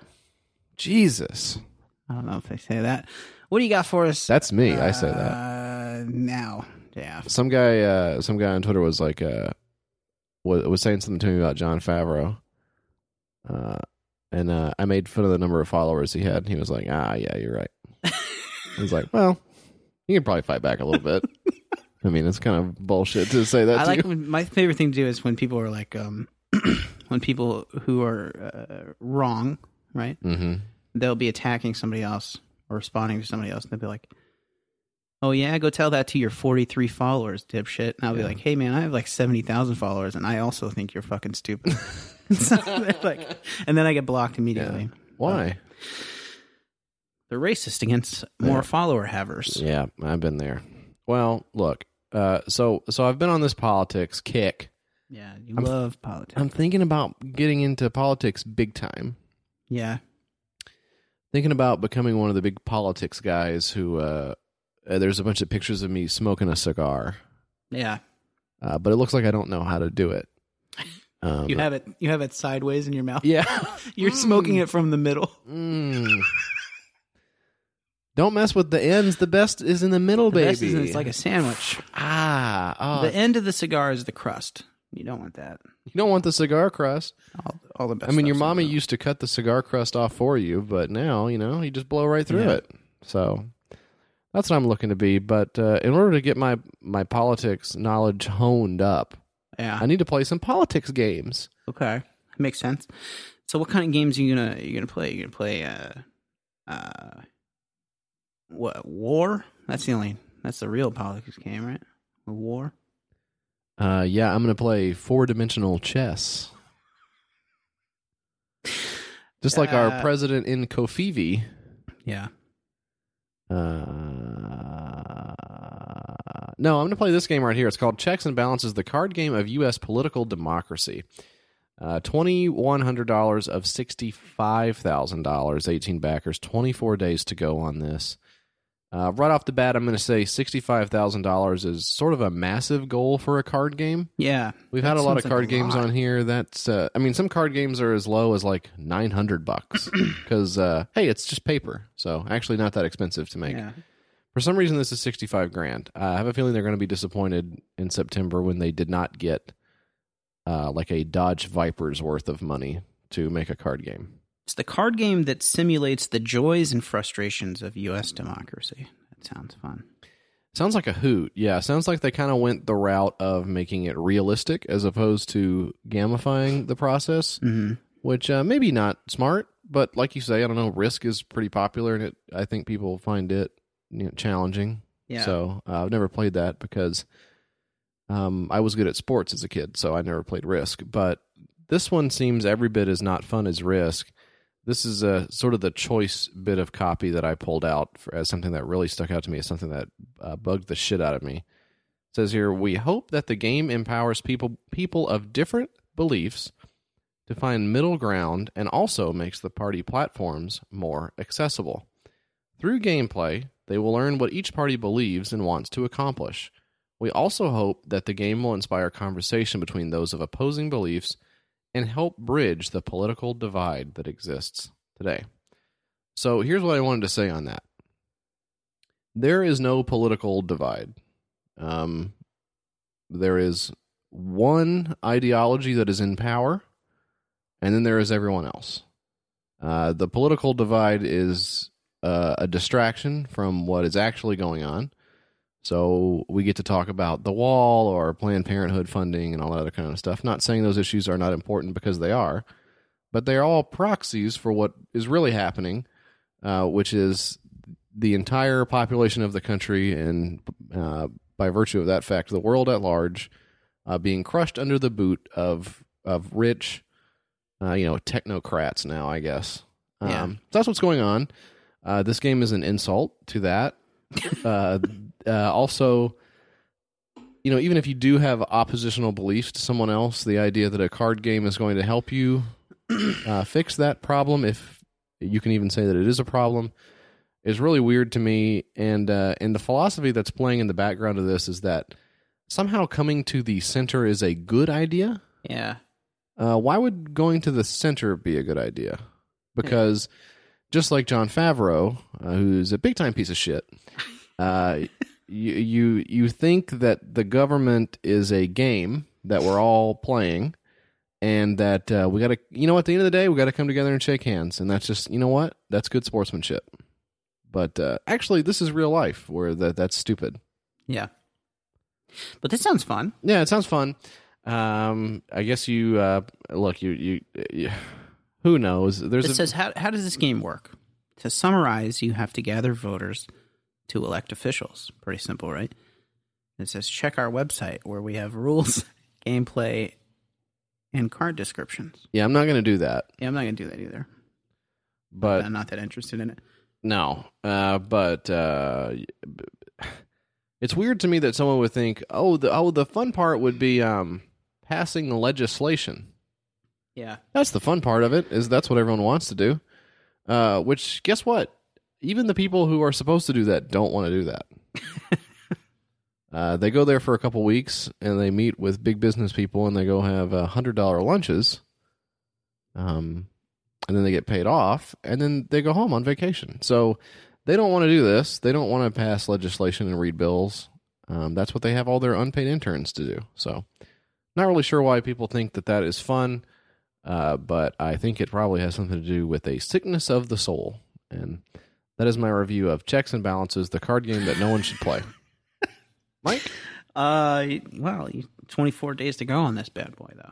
C: Jesus.
A: I don't know if they say that. What do you got for us
C: That's me. I say that.
A: uh, now? Yeah,
C: Some guy uh some guy on Twitter was like uh was, was saying something to me about John Favreau. Uh and uh I made fun of the number of followers he had and he was like, "Ah, yeah, you're right." I was like, "Well, you can probably fight back a little bit." I mean, it's kind of bullshit to say that
A: I
C: to
A: like
C: you.
A: when, my favorite thing to do is when people are like, um, when people who are uh, wrong, right?
C: Mhm.
A: They'll be attacking somebody else or responding to somebody else, and they'll be like, "Oh yeah, go tell that to your forty-three followers, dipshit." And I'll be like, "Hey man, I have like seventy thousand followers, and I also think you're fucking stupid." so they're like, and then I get blocked immediately.
C: Why?
A: They're racist against more follower havers.
C: Yeah, I've been there. Well, look. Uh so so I've been on this politics kick.
A: Yeah, you love politics.
C: I'm thinking about getting into politics big time.
A: yeah,
C: thinking about becoming one of the big politics guys who uh, uh there's a bunch of pictures of me smoking a cigar
A: yeah.
C: uh, but it looks like i don't know how to do it um,
A: You have it. You have it sideways in your mouth.
C: yeah
A: You're smoking it from the middle.
C: Mm. don't mess with the ends the best is in the middle
A: The
C: baby
A: best is it's like a sandwich.
C: ah oh,
A: the end of the cigar is the crust. You don't want that.
C: you don't want the cigar crust
A: All, all the best.
C: i mean your
A: stuff's
C: mommy
A: in the
C: used to cut the cigar crust off for you but now you know you just blow right through
A: Yeah.
C: it so that's what i'm looking to be but uh, in order to get my my politics knowledge honed up
A: middle.
C: I
A: Yeah.
C: need to play some politics games.
A: Okay. Makes sense. So, what kind of games you gonna you gonna play? You gonna play uh, uh, what war? That's the only. That's the real politics game, right? War.
C: Uh, yeah, I'm gonna play four dimensional chess, just like our
A: Uh,
C: president in Kofivi.
A: Yeah.
C: Uh, No, I'm going to play this game right here. It's called Checks and Balances, the card game of U.S. political democracy. Uh, $2,100 of $65,000, 18 backers, 24 days to go on this. Uh, right off the bat, I'm going to say $65,000 is sort of a massive goal for a card game.
A: Yeah.
C: We've
A: that
C: had a lot
A: sounds
C: of
A: like
C: card games
A: lot.
C: on here. That's, uh, I mean, some card games are as low as like 900 bucks because, uh, hey, it's just paper. So actually, not that expensive to make.
A: Yeah.
C: For some reason, this is 65 grand. I have a feeling they're going to be disappointed in September when they did not get uh, like a Dodge Viper's worth of money to make a card game.
A: It's the card game that simulates the joys and frustrations of U.S. democracy. That sounds fun.
C: Sounds like a hoot. Yeah, sounds like they kind of went the route of making it realistic as opposed to gamifying the process,
A: hmm
C: which uh, maybe not smart, but like you say, I don't know, Risk is pretty popular and it I think people find it you know, challenging.
A: Yeah.
C: So uh, I've never played that because um, I was good at sports as a kid, so I never played Risk. But this one seems every bit as not fun as Risk. This is a sort of the choice bit of copy that I pulled out for, as something that really stuck out to me as something that uh, bugged the shit out of me. It says here, we hope that the game empowers people people of different beliefs to find middle ground and also makes the party platforms more accessible. Through gameplay, they will learn what each party believes and wants to accomplish. We also hope that the game will inspire conversation between those of opposing beliefs and help bridge the political divide that exists today. So, here's what I wanted to say on that there is no political divide. Um, there is one ideology that is in power, and then there is everyone else. Uh, the political divide is uh, a distraction from what is actually going on. So we get to talk about the wall or Planned Parenthood funding and all that other kind of stuff. Not saying those issues are not important because they are, but they are all proxies for what is really happening, uh, which is the entire population of the country and uh, by virtue of that fact, the world at large uh, being crushed under the boot of of rich, uh, you know, technocrats. Now, I guess. Um,
A: Yeah.
C: So that's what's going on. Uh, this game is an insult to that. uh, uh, also, you know, even if you do have oppositional beliefs to someone else, the idea that a card game is going to help you uh, fix that problem, if you can even say that it is a problem, is really weird to me. And uh, and the philosophy that's playing in the background of this is that somehow coming to the center is a good idea.
A: Yeah.
C: Uh, why would going to the center be a good idea? Because just like John Favreau, uh, who's a big time piece of shit, uh, you you you think that the government is a game that we're all playing, and that uh, we got to you know at the end of the day we got to come together and shake hands, and that's just you know what that's good sportsmanship. But uh, actually, this is real life where that that's stupid.
A: Yeah. But this sounds fun.
C: Yeah, it sounds fun. Um, I guess you uh, look. You, you you who knows? There's
A: It
C: a,
A: says, how, how does this game work? To summarize, you have to gather voters to elect officials. Pretty simple, right? It says, check our website where we have rules, gameplay, and card descriptions.
C: yeah. I'm not gonna do that,
A: Yeah, I'm not going to do that either.
C: but
A: I'm not that interested in it.
C: no. Uh, but uh, it's weird to me that someone would think, oh, the oh, the fun part would be um passing the legislation.
A: Yeah.
C: That's the fun part of it is that's what everyone wants to do. Uh, which guess what? Even the people who are supposed to do that don't want to do that. uh, they go there for a couple weeks and they meet with big business people and they go have uh, hundred dollar lunches. Um, and then they get paid off and then they go home on vacation. So they don't want to do this. They don't want to pass legislation and read bills. Um, that's what they have all their unpaid interns to do. So not really sure why people think that that is fun uh, but I think it probably has something to do with a sickness of the soul. And that is my review of Checks and Balances, the card game that no one should play. Mike?
A: Uh, well, you- 24 days to go on this bad boy, though.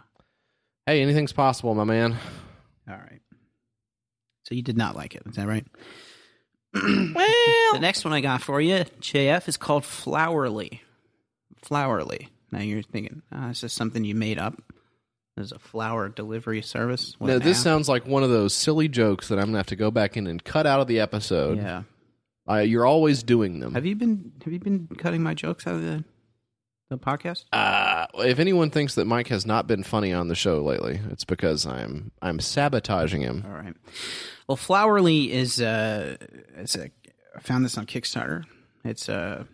C: Hey, anything's possible, my man.
A: All right. So you did not like it, is that right? well, the next one I got for you, JF, is called Flowerly. Flowerly. Now you're thinking, ah, is this something you made up? There's a flower delivery service. What
C: Now,
A: an
C: this
A: app.
C: sounds like one of those silly jokes that I'm going to have to go back in and cut out of the episode.
A: Yeah.
C: Uh, you're always doing them.
A: Have you been Have you been cutting my jokes out of the the podcast?
C: Uh, if anyone thinks that Mike has not been funny on the show lately, it's because I'm I'm sabotaging him.
A: All right. Well, Flowerly is uh, is a, I found this on Kickstarter. It's a,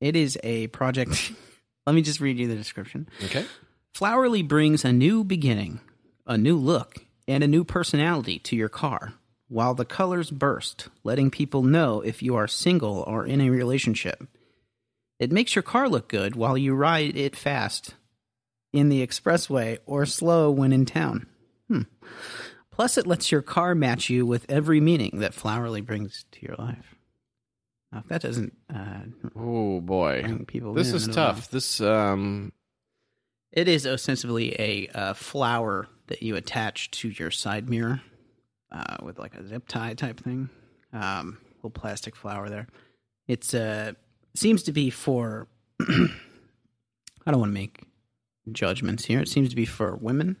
A: it is a project. let me just read you the description.
C: Okay.
A: Flowerly brings a new beginning, a new look, and a new personality to your car, while the colors burst, letting people know if you are single or in a relationship. It makes your car look good while you ride it fast in the expressway or slow when in town. Hmm. Plus, it lets your car match you with every meaning that Flowerly brings to your life. Now, if that doesn't uh,
C: Oh boy,
A: bring people,
C: this
A: in,
C: is
A: I don't know.
C: tough. This um,
A: It is ostensibly a uh, flower that you attach to your side mirror uh, with like a zip tie type thing. Um, little plastic flower there. It's uh, seems to be for. I don't want to make judgments here. It seems to be for women.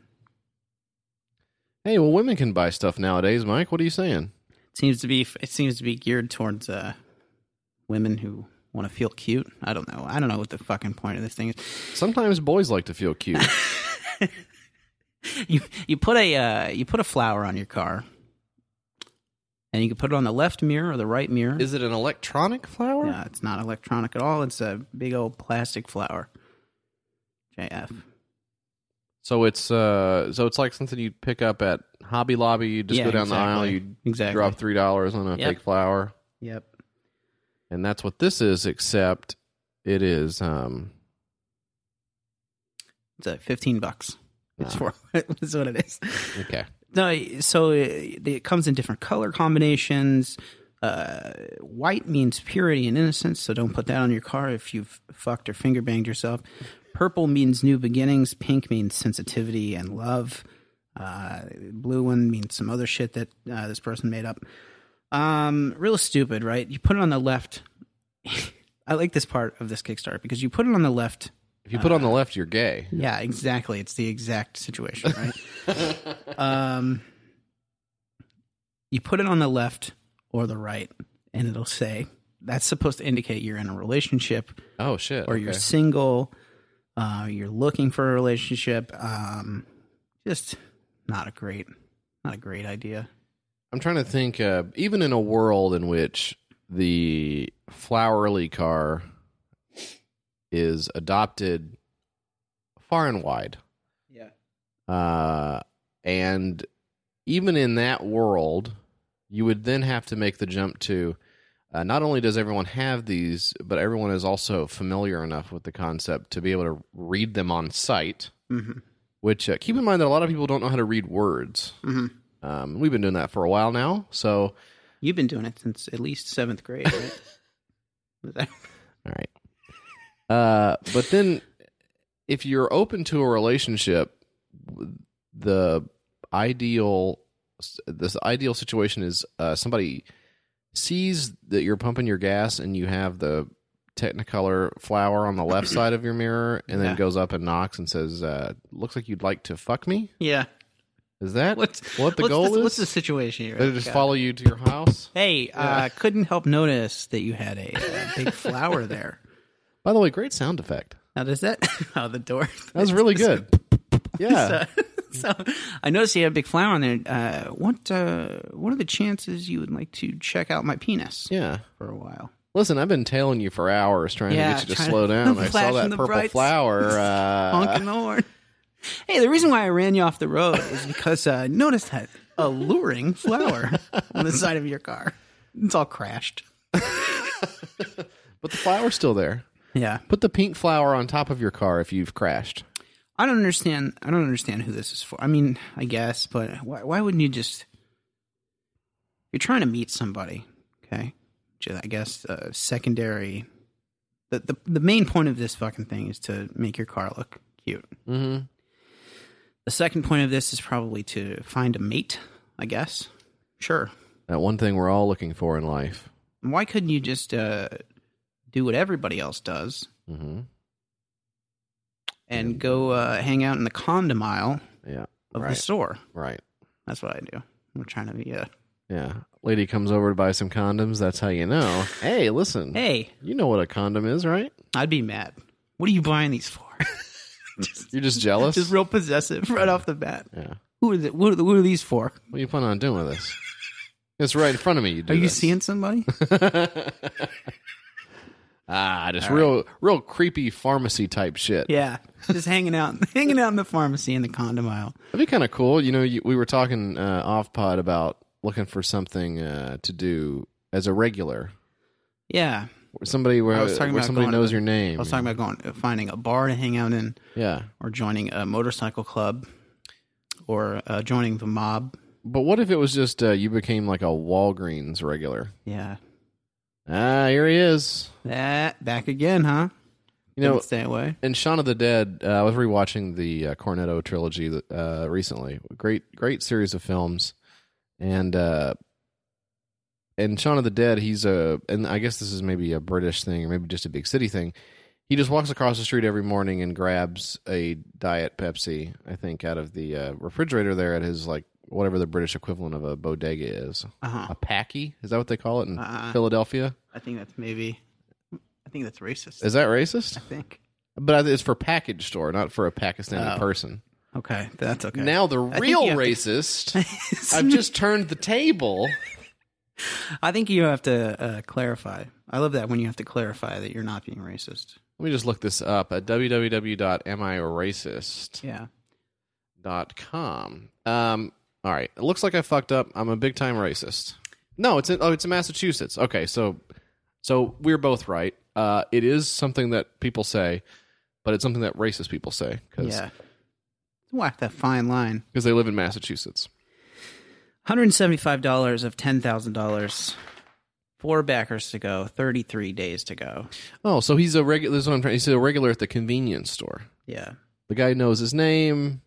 C: hey, well, women can buy stuff nowadays. Mike, what are you saying?
A: It seems to be. It seems to be geared towards uh, women who want to feel cute. I don't know. I don't know what the fucking point of this thing is.
C: Sometimes boys like to feel cute.
A: you you put a uh, you put a flower on your car, and you can put it on the left mirror or the right mirror.
C: is it an electronic flower?
A: Yeah, it's not electronic at all. It's a big old plastic flower. JF.
C: So it's uh, so it's like something you pick up at Hobby Lobby. You just
A: Yeah,
C: go down
A: exactly.
C: the aisle, you
A: Exactly.
C: drop three dollars on a
A: Yep.
C: fake flower,
A: Yep.
C: and that's what this is. Except it is um,
A: It's a fifteen bucks. It's
C: Ah.
A: for that's what it is.
C: okay.
A: No, so it, it comes in different color combinations. Uh, white means purity and innocence, so don't put that on your car if you've fucked or finger banged yourself. Purple means new beginnings. Pink means sensitivity and love. Uh, blue one means some other shit that uh, this person made up. Um, real stupid, right? You put it on the left. I like this part of this Kickstarter because you put it on the left
C: If you put
A: Uh,
C: on the left, you're gay.
A: yeah, exactly. It's the exact situation, right? um, you put it on the left or the right, and it'll say that's supposed to indicate you're in a relationship
C: Oh shit!
A: or you're
C: Okay.
A: single, uh, you're looking for a relationship. Um, just not a great, not a great idea.
C: I'm trying to think. Uh, even in a world in which the flowerly car is adopted far and wide,
A: Yeah.
C: uh, and even in that world, you would then have to make the jump to. Uh, not only does everyone have these, but everyone is also familiar enough with the concept to be able to read them on sight.
A: Mm-hmm.
C: Which uh, keep in mind that a lot of people don't know how to read words.
A: Mhm.
C: Um, we've been doing that for a while now, so
A: You've been doing it since at least seventh grade, right? Was that-
C: All right. Uh, but then, if you're open to a relationship, the ideal this ideal situation is uh, somebody sees that you're pumping your gas and you have the Technicolor flower on the left side of your mirror, and then
A: Yeah.
C: goes up and knocks and says, uh, "Looks like you'd like to fuck me."
A: yeah.
C: Is that
A: What's
C: what the
A: what's
C: goal
A: the,
C: is?
A: What's the situation here?
C: They just
A: Yeah.
C: follow you to your house.
A: Hey, uh, couldn't help notice that you had a, uh big flower there.
C: By the way, great sound effect.
A: Now, does that oh the door?
C: That was really good. Yeah.
A: so, I noticed you had a big flower on there. Uh, what uh, What are the chances you would like to check out my penis
C: Yeah.
A: for a while?
C: Listen, I've been tailing you for hours trying
A: Yeah,
C: to get you to
A: trying
C: slow
A: to-
C: down. I saw
A: flashing
C: that
A: the
C: purple
A: brights.
C: flower. Uh,
A: Honking the horn. Hey, the reason why I ran you off the road is because uh, I noticed that alluring flower on the side of your car. It's all crashed.
C: but the flower's still there.
A: Yeah,
C: Put the pink flower on top of your car if you've crashed.
A: I don't understand. I don't understand who this is for. I mean, I guess, but why, why wouldn't you just? You're trying to meet somebody, okay? Which is, I guess uh, secondary. The, the the main point of this fucking thing is to make your car look cute.
C: Mm-hmm.
A: The second point of this is probably to find a mate, I guess. Sure.
C: That one thing we're all looking for in life.
A: Why couldn't you just uh, do what everybody else does
C: Mm-hmm.
A: and go uh, hang out in the condom aisle
C: Yeah.
A: of the
C: Right.
A: store?
C: Right.
A: That's what I do. I'm trying to be a
C: Yeah. Lady comes over to buy some condoms. That's how you know. Hey, listen.
A: hey.
C: You know what a condom is, right?
A: I'd be mad. What are you buying these for?
C: You're just jealous.
A: Just real possessive right off the bat.
C: yeah.
A: Who are, the, what are, the, what are these for?
C: What do you plan on doing with this? It's right in front of me. You do
A: Are you
C: this.
A: seeing somebody?
C: Ah, just real, real creepy pharmacy type shit.
A: yeah, just hanging out, hanging out in the pharmacy in the condom aisle.
C: That'd be kind of cool. You know, you, we were talking uh, off pod about looking for something uh, to do as a regular.
A: Yeah,
C: Where Somebody where,
A: I was talking
C: where
A: about
C: somebody
A: going
C: knows
A: to-
C: your name.
A: I was talking about going finding a bar to hang out in,
C: yeah.
A: or joining a motorcycle club, or uh, joining the mob.
C: But what if it was just uh, you became like a Walgreens regular?
A: Yeah,
C: Ah, here he is.
A: that back again, huh?
C: You know,
A: Didn't stay away.
C: in Shaun of the Dead, uh, I was rewatching the uh, Cornetto trilogy that, uh, recently. Great, great series of films, and uh, in Shaun of the Dead, he's a, and I guess this is maybe a British thing or maybe just a big city thing. He just walks across the street every morning and grabs a diet Pepsi, I think, out of the uh, refrigerator there at his like whatever the British equivalent of a bodega is,
A: Uh-huh.
C: a packy. Is that what they call it in
A: Uh-uh.
C: Philadelphia?
A: I think that's maybe. I think that's racist.
C: Is that racist?
A: I think.
C: But it's for package store, not for a Pakistani
A: Oh.
C: person.
A: Okay, that's okay.
C: Now the
A: think
C: real
A: you have to-
C: racist. I've just turned the table.
A: I think you have to uh, clarify. I love that when you have to clarify that you're not being racist.
C: Let me just look this up at www.amiracist.com.
A: Yeah.
C: Um, all right. It looks like I fucked up. I'm a big time racist. No, it's in, oh, it's in Massachusetts. Okay, so so we're both right. Uh, it is something that people say, but it's something that racist people say because
A: Yeah. Whack that fine line.
C: they live in Massachusetts.
A: $175 of $10,000. Four backers to go. 33 days to go.
C: Oh, so he's a regular. This is what I'm trying. He's a regular at the convenience store.
A: Yeah.
C: the guy knows his name.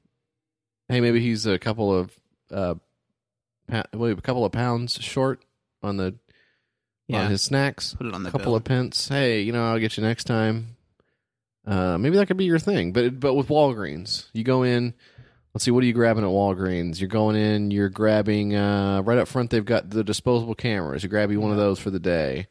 C: Hey, maybe he's a couple of uh, pa- wait, a couple of pounds short on the
A: Yeah.
C: on his snacks.
A: Put it on the
C: A couple
A: bill.
C: of pence. Hey, you know, I'll get you next time. Uh, maybe that could be your thing, but it- but with Walgreens, you go in. Let's see, what are you grabbing at Walgreens? You're going in. You're grabbing uh, right up front. They've got the disposable cameras. You grab you one of those for the day.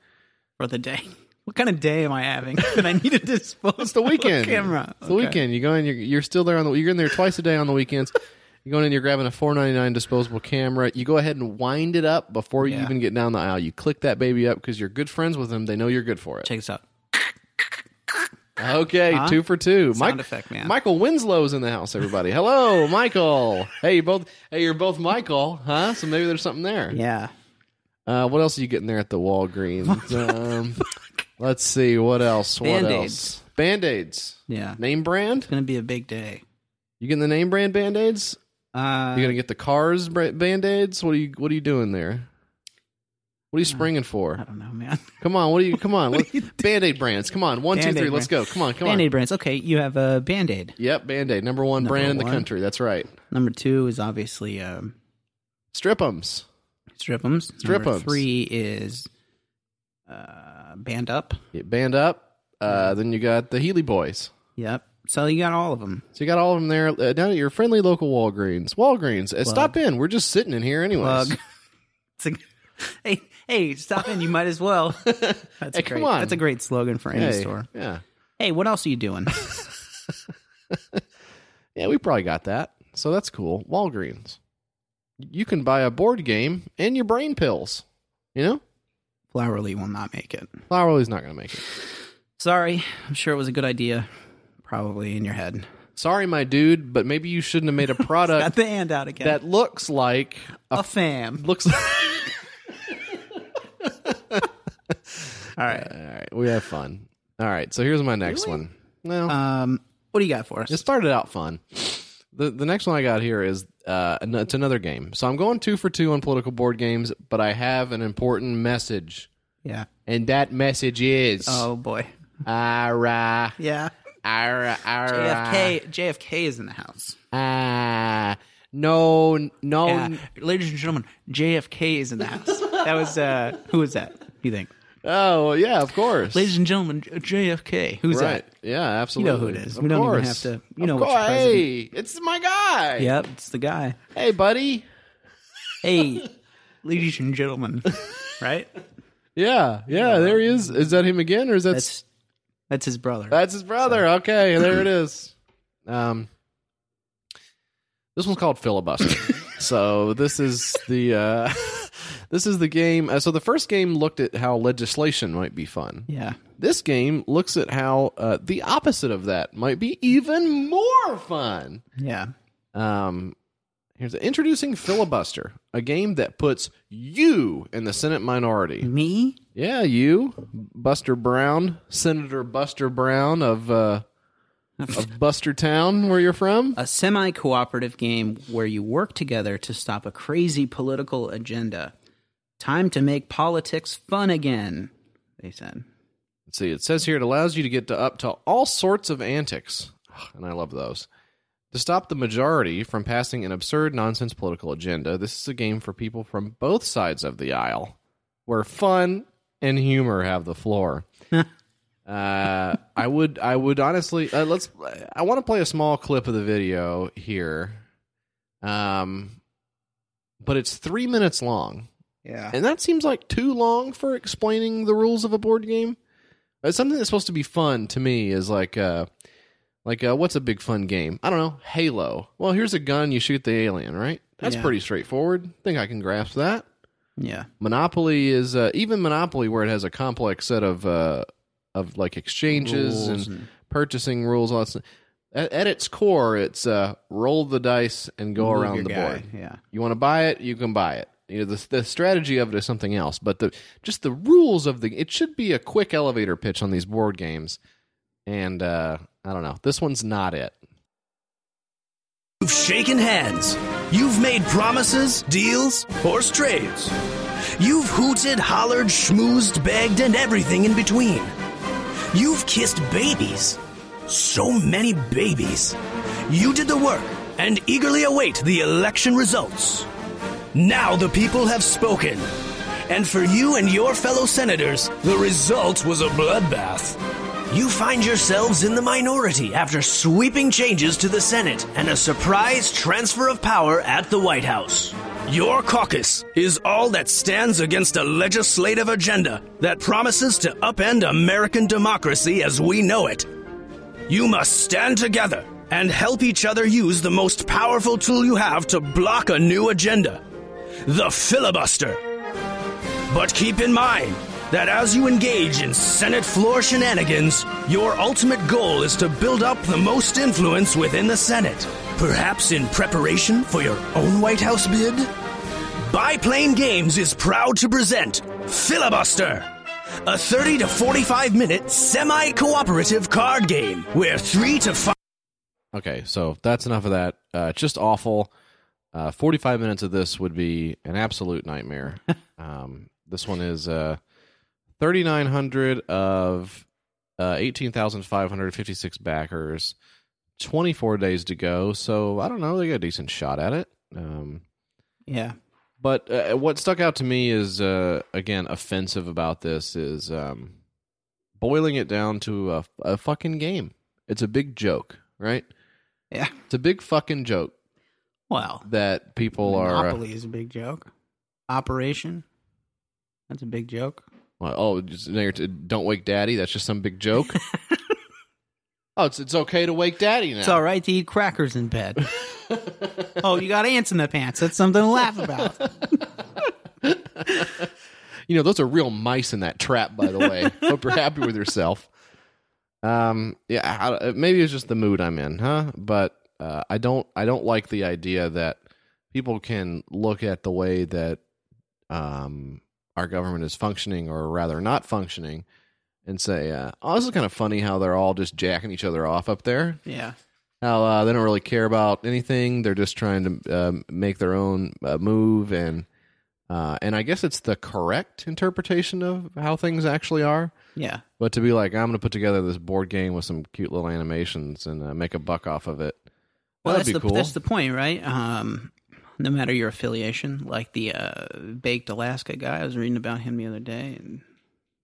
A: for the day. What kind of day am I having that I need a disposable
C: It's the weekend.
A: camera?
C: It's the
A: Okay.
C: weekend. You go in. You're, you're still there on the. You're in there twice a day on the weekends. You're going in. You're grabbing a four ninety nine disposable camera. You go ahead and wind it up before you
A: Yeah.
C: even get down the aisle. You click that baby up because you're good friends with them. They know you're good for it.
A: Check this out.
C: Okay, two for two.
A: Sound effect, man.
C: Michael Winslow's in the house. Everybody, hello, Michael. Hey, you both. Hey, you're both Michael, huh? So maybe there's something there.
A: Yeah.
C: Uh, what else are you getting there at the Walgreens? um, let's see what else. What
A: Band-Aids.
C: else? Band aids.
A: Yeah.
C: Name brand.
A: It's going to be a big day.
C: You getting the name brand band aids?
A: Uh,
C: You gonna get the cars band aids? What are you What are you doing there? What are you springing
A: Uh, I
C: for?
A: don't know, man.
C: Come on, what are you? Come on, band aid brands. Come on, one, two,
A: Band-Aid
C: three. Let's go.
A: brand.
C: Come on, come
A: Band aid
C: on.
A: brands. Okay, you have a band aid.
C: Yep, band aid number one
A: Number
C: brand in the
A: one.
C: country. That's right.
A: Number two is obviously um,
C: Stripums.
A: Strip'ems. Number
C: Strip'ems.
A: three is uh, Band Up.
C: Get band up. Uh, then you got the Healy Boys.
A: Yep. So you got all of them.
C: So you got all of them there uh, down at your friendly local Walgreens. Walgreens, uh, stop in. We're just sitting in here, anyways.
A: Plug. It's a, hey, hey, stop in. You might as well. That's
C: Hey,
A: a
C: come
A: great.
C: on.
A: That's a great slogan for any
C: Hey,
A: store.
C: yeah,
A: Hey, what else are you doing?
C: yeah. We probably got that. So that's cool. Walgreens. You can buy a board game and your brain pills. You know.
A: Flowerly will not make it.
C: Flowerly's not going to make it.
A: Sorry. I'm sure it was a good idea. Probably in your head.
C: Sorry, my dude, but maybe you shouldn't have made a
A: Got
C: product
A: the handout again.
C: Uh, that uh, looks like
A: a fam.
C: looks.
A: All right.
C: All right, we have fun. All right, so here's my next one. Well,
A: Um, what do you got for us?
C: it started out fun. The the next one I got here is uh, an- it's another game. So I'm going two for two on political board games, but I have an important message,
A: yeah.
C: and that message is
A: Oh boy.
C: ara
A: Yeah.
C: ara ara
A: JFK. JFK is in the house.
C: ah no no
A: Yeah. Oh, Ladies and gentlemen, JFK is in the house. that was uh who was that? You think?
C: oh yeah of course
A: Ladies and gentlemen, J- JFK. Who's
C: Right.
A: that?
C: Yeah,
A: You
C: absolutely.
A: know who it is.
C: Of
A: we don't even have
C: course.
A: to. You
C: Of
A: know which
C: course.
A: president.
C: Hey, it's my guy.
A: Yep, it's the guy.
C: Hey, buddy.
A: Hey, ladies and gentlemen, right?
C: Yeah, yeah. There he is. Is that him again, or is that
A: That's That's his brother.
C: That's his brother. Okay, there it is. Um, this one's called filibuster. so this is the uh, this is the game. Uh, so the first game looked at how legislation might be fun.
A: yeah.
C: This game looks at how uh, the opposite of that might be even more fun.
A: Yeah.
C: Um, here's introducing filibuster, a game that puts you in the Senate minority.
A: Me?
C: Yeah, you, Buster Brown, Senator Buster Brown of uh, of Buster Town, where you're from.
A: A semi cooperative game where you work together to stop a crazy political agenda. Time to make politics fun again, they said.
C: Let's see, it says here it allows you to get to up to all sorts of antics, Ugh, and I love those. To stop the majority from passing an absurd nonsense political agenda, this is a game for people from both sides of the aisle, where fun and humor have the floor. uh, I would, I would honestly uh, let's. I want to play a small clip of the video here, um, but it's three minutes long.
A: Yeah.
C: And that seems like too long for explaining the rules of a board game. But something that's supposed to be fun to me is like uh like uh what's a big fun game? I don't know, Halo. Well, here's a gun, you shoot the alien, right? That's
A: Yeah.
C: pretty straightforward. Think I can grasp that.
A: Yeah.
C: Monopoly is uh, even Monopoly where it has a complex set of uh of like
A: Rules
C: exchanges and,
A: and-
C: purchasing rules all that stuff. At, at its core, it's uh roll the dice and go
A: Move your
C: around the
A: guy.
C: board.
A: Yeah.
C: You want to buy it, you can buy it. You know, the, the strategy of it is something else, but the just the rules of the it should be a quick elevator pitch on these board games, and uh, I don't know. This one's not it.
G: You've shaken hands. You've made promises, deals, horse trades. You've hooted, hollered, schmoozed, begged, and everything in between. You've kissed babies. So many babies. You did the work and eagerly await the election results. Now the people have spoken. And for you and your fellow senators, the result was a bloodbath. You find yourselves in the minority after sweeping changes to the Senate and a surprise transfer of power at the White House. Your caucus is all that stands against a legislative agenda that promises to upend American democracy as we know it. You must stand together and help each other use the most powerful tool you have to block a new agenda the filibuster. But keep in mind that as you engage in Senate floor shenanigans, your ultimate goal is to build up the most influence within the Senate. Perhaps in preparation for your own White House bid? Biplane Games is proud to present Filibuster, a 30 to 45 minute semi cooperative card game where three to five.
C: Okay, so that's enough of that. Uh, just awful. Uh, Forty-five minutes of this would be an absolute nightmare. um, this one is uh, thirty-nine hundred of uh, eighteen thousand five hundred fifty-six backers. Twenty-four days to go, so I don't know. They got a decent shot at it. Um,
A: Yeah.
C: but uh, what stuck out to me is uh, again offensive about this is um, boiling it down to a, a fucking game. It's a big joke, right?
A: Yeah.
C: It's a big fucking joke
A: Well,
C: that people are. uh,
A: Monopoly is a big joke. Operation. That's a big joke.
C: well, oh, just, now you're t- don't wake daddy. That's just some big joke. oh, it's it's okay to wake daddy now.
A: It's all right to eat crackers in bed. oh, you got ants in the pants. That's something to laugh about.
C: You know, those are real mice in that trap. By the way, hope you're happy with yourself. Um, yeah, I, I- maybe it's just the mood I'm in, huh? But uh, I don't, I don't like the idea that people can look at the way that um our government is functioning, or rather not functioning, and say, uh, "Oh, this is kind of funny how they're all just jacking each other off up there."
A: Yeah.
C: how uh, they don't really care about anything. They're just trying to um, make their own uh, move, and uh, and I guess it's the correct interpretation of how things actually are.
A: Yeah.
C: But to be like, I'm going to put together this board game with some cute little animations and uh, make a buck off of it.
A: Well,
C: That'd
A: that's
C: be
A: the
C: cool.
A: that's the point, right? Um, no matter your affiliation, like the uh, baked Alaska guy, I was reading about him the other day, and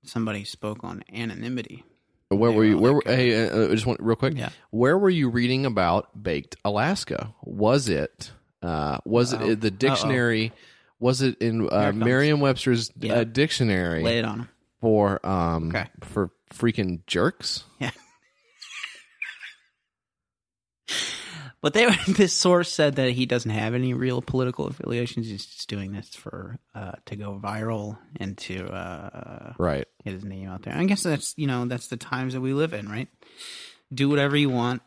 A: somebody spoke on anonymity.
C: where were you?
A: all
C: Where
A: that
C: were, hey, uh, I just want real quick.
A: Yeah.
C: Where were you reading about baked Alaska? Was it? Uh, was it in the dictionary? Was it in uh,
A: comes.
C: Merriam-Webster's
A: Yeah.
C: uh, dictionary?
A: Lay it on him.
C: for um
A: Okay.
C: for freaking jerks.
A: But they this source said that he doesn't have any real political affiliations. He's just doing this for uh, to go viral and to uh,
C: Right.
A: get his name out there. I guess that's you know that's the times that we live in, right? Do whatever you want,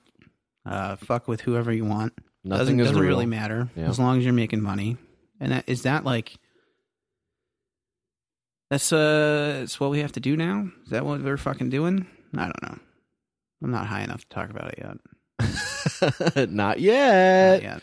A: uh, fuck with whoever you want.
C: Nothing
A: doesn't,
C: is
A: doesn't
C: real.
A: really matter
C: Yeah.
A: as long as you're making money. And that, is that like that's uh it's what we have to do now? Is that what we're fucking doing? I don't know. I'm not high enough to talk about it yet.
C: Not
A: Not
C: yet.
A: yet.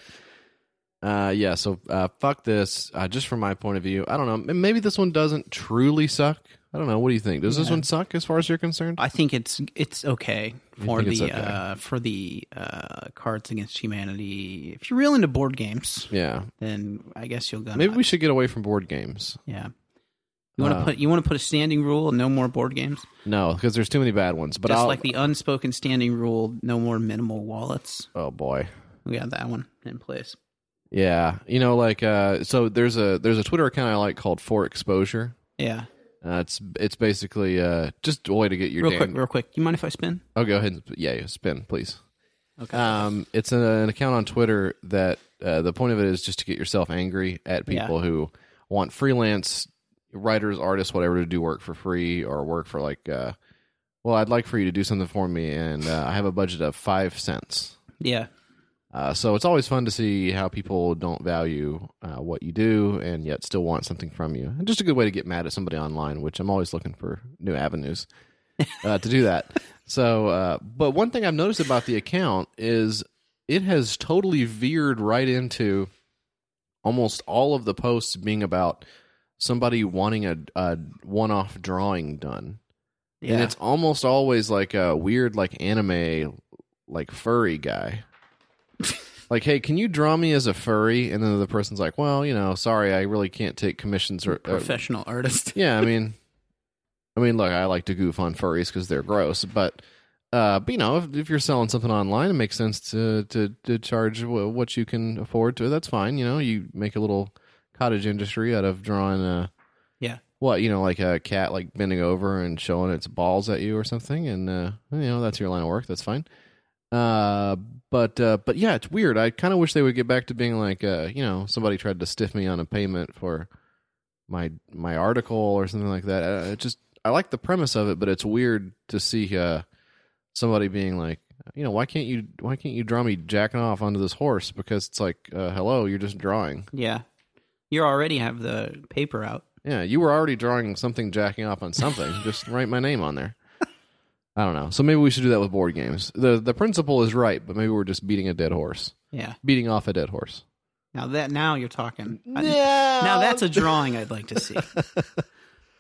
C: Uh, yeah. So uh, fuck this. Uh, just from my point of view, I don't know. M- Maybe this one doesn't truly suck. I don't know. What do you think? Does this one suck as far as you're concerned?
A: I think it's it's okay
C: You
A: for the
C: think it's okay?
A: uh, for the uh, Cards Against Humanity. If you're real into board games,
C: yeah.
A: then I guess you'll go.
C: Maybe we
A: nuts.
C: should get away from board games.
A: Yeah. You want to
C: Uh,
A: put you want to put a standing rule, no more board games.
C: No, because there's too many bad ones. But
A: Just
C: I'll.
A: like the unspoken standing rule, no more minimal wallets.
C: oh boy.
A: We got that one in place.
C: Yeah. You know, like uh, so there's a there's a Twitter account I like called For Exposure.
A: Yeah.
C: Uh, it's it's basically uh, just a way to get your
A: Real
C: damn-
A: quick, real quick. You mind if I spin?
C: Oh, go ahead. And, yeah, yeah, spin, please.
A: Okay.
C: Um, it's a, an account on Twitter that uh, the point of it is just to get yourself angry at
A: Yeah.
C: people who want freelance writers, artists, whatever, to do work for free or work for like. Uh, well, I'd like for you to do something for me, and uh, I have a budget of five cents.
A: Yeah.
C: Uh, so it's always fun to see how people don't value uh, what you do and yet still want something from you. And just a good way to get mad at somebody online, which I'm always looking for new avenues uh, to do that. So, uh, but one thing I've noticed about the account is it has totally veered right into almost all of the posts being about somebody wanting a, a one-off drawing done
A: Yeah.
C: and it's almost always like a weird like anime like furry guy like hey can you draw me as a furry and then the person's like well you know sorry i really can't take commissions or uh,
A: Professional artist.
C: yeah i mean i mean look i like to goof on furries because they're gross but uh but you know if, if you're selling something online it makes sense to to, to charge wh- what you can afford to that's fine you know you make a little cottage industry out of drawing uh
A: Yeah.
C: what you know like a cat like bending over and showing its balls at you or something and uh you know that's your line of work that's fine uh but uh but yeah it's weird i kind of wish they would get back to being like uh you know somebody tried to stiff me on a payment for my my article or something like that Uh, it just i like the premise of it but it's weird to see uh somebody being like you know why can't you why can't you draw me jacking off onto this horse because it's like uh hello you're just drawing
A: Yeah. You already have the paper out.
C: yeah, you were already drawing something, jacking off on something. Just write my name on there. I don't know. So maybe we should do that with board games. the The principle is right, but maybe we're just beating a dead horse,
A: Yeah.
C: beating off a dead horse.
A: Now that now you're talking. I- Now that's a drawing I'd like to see.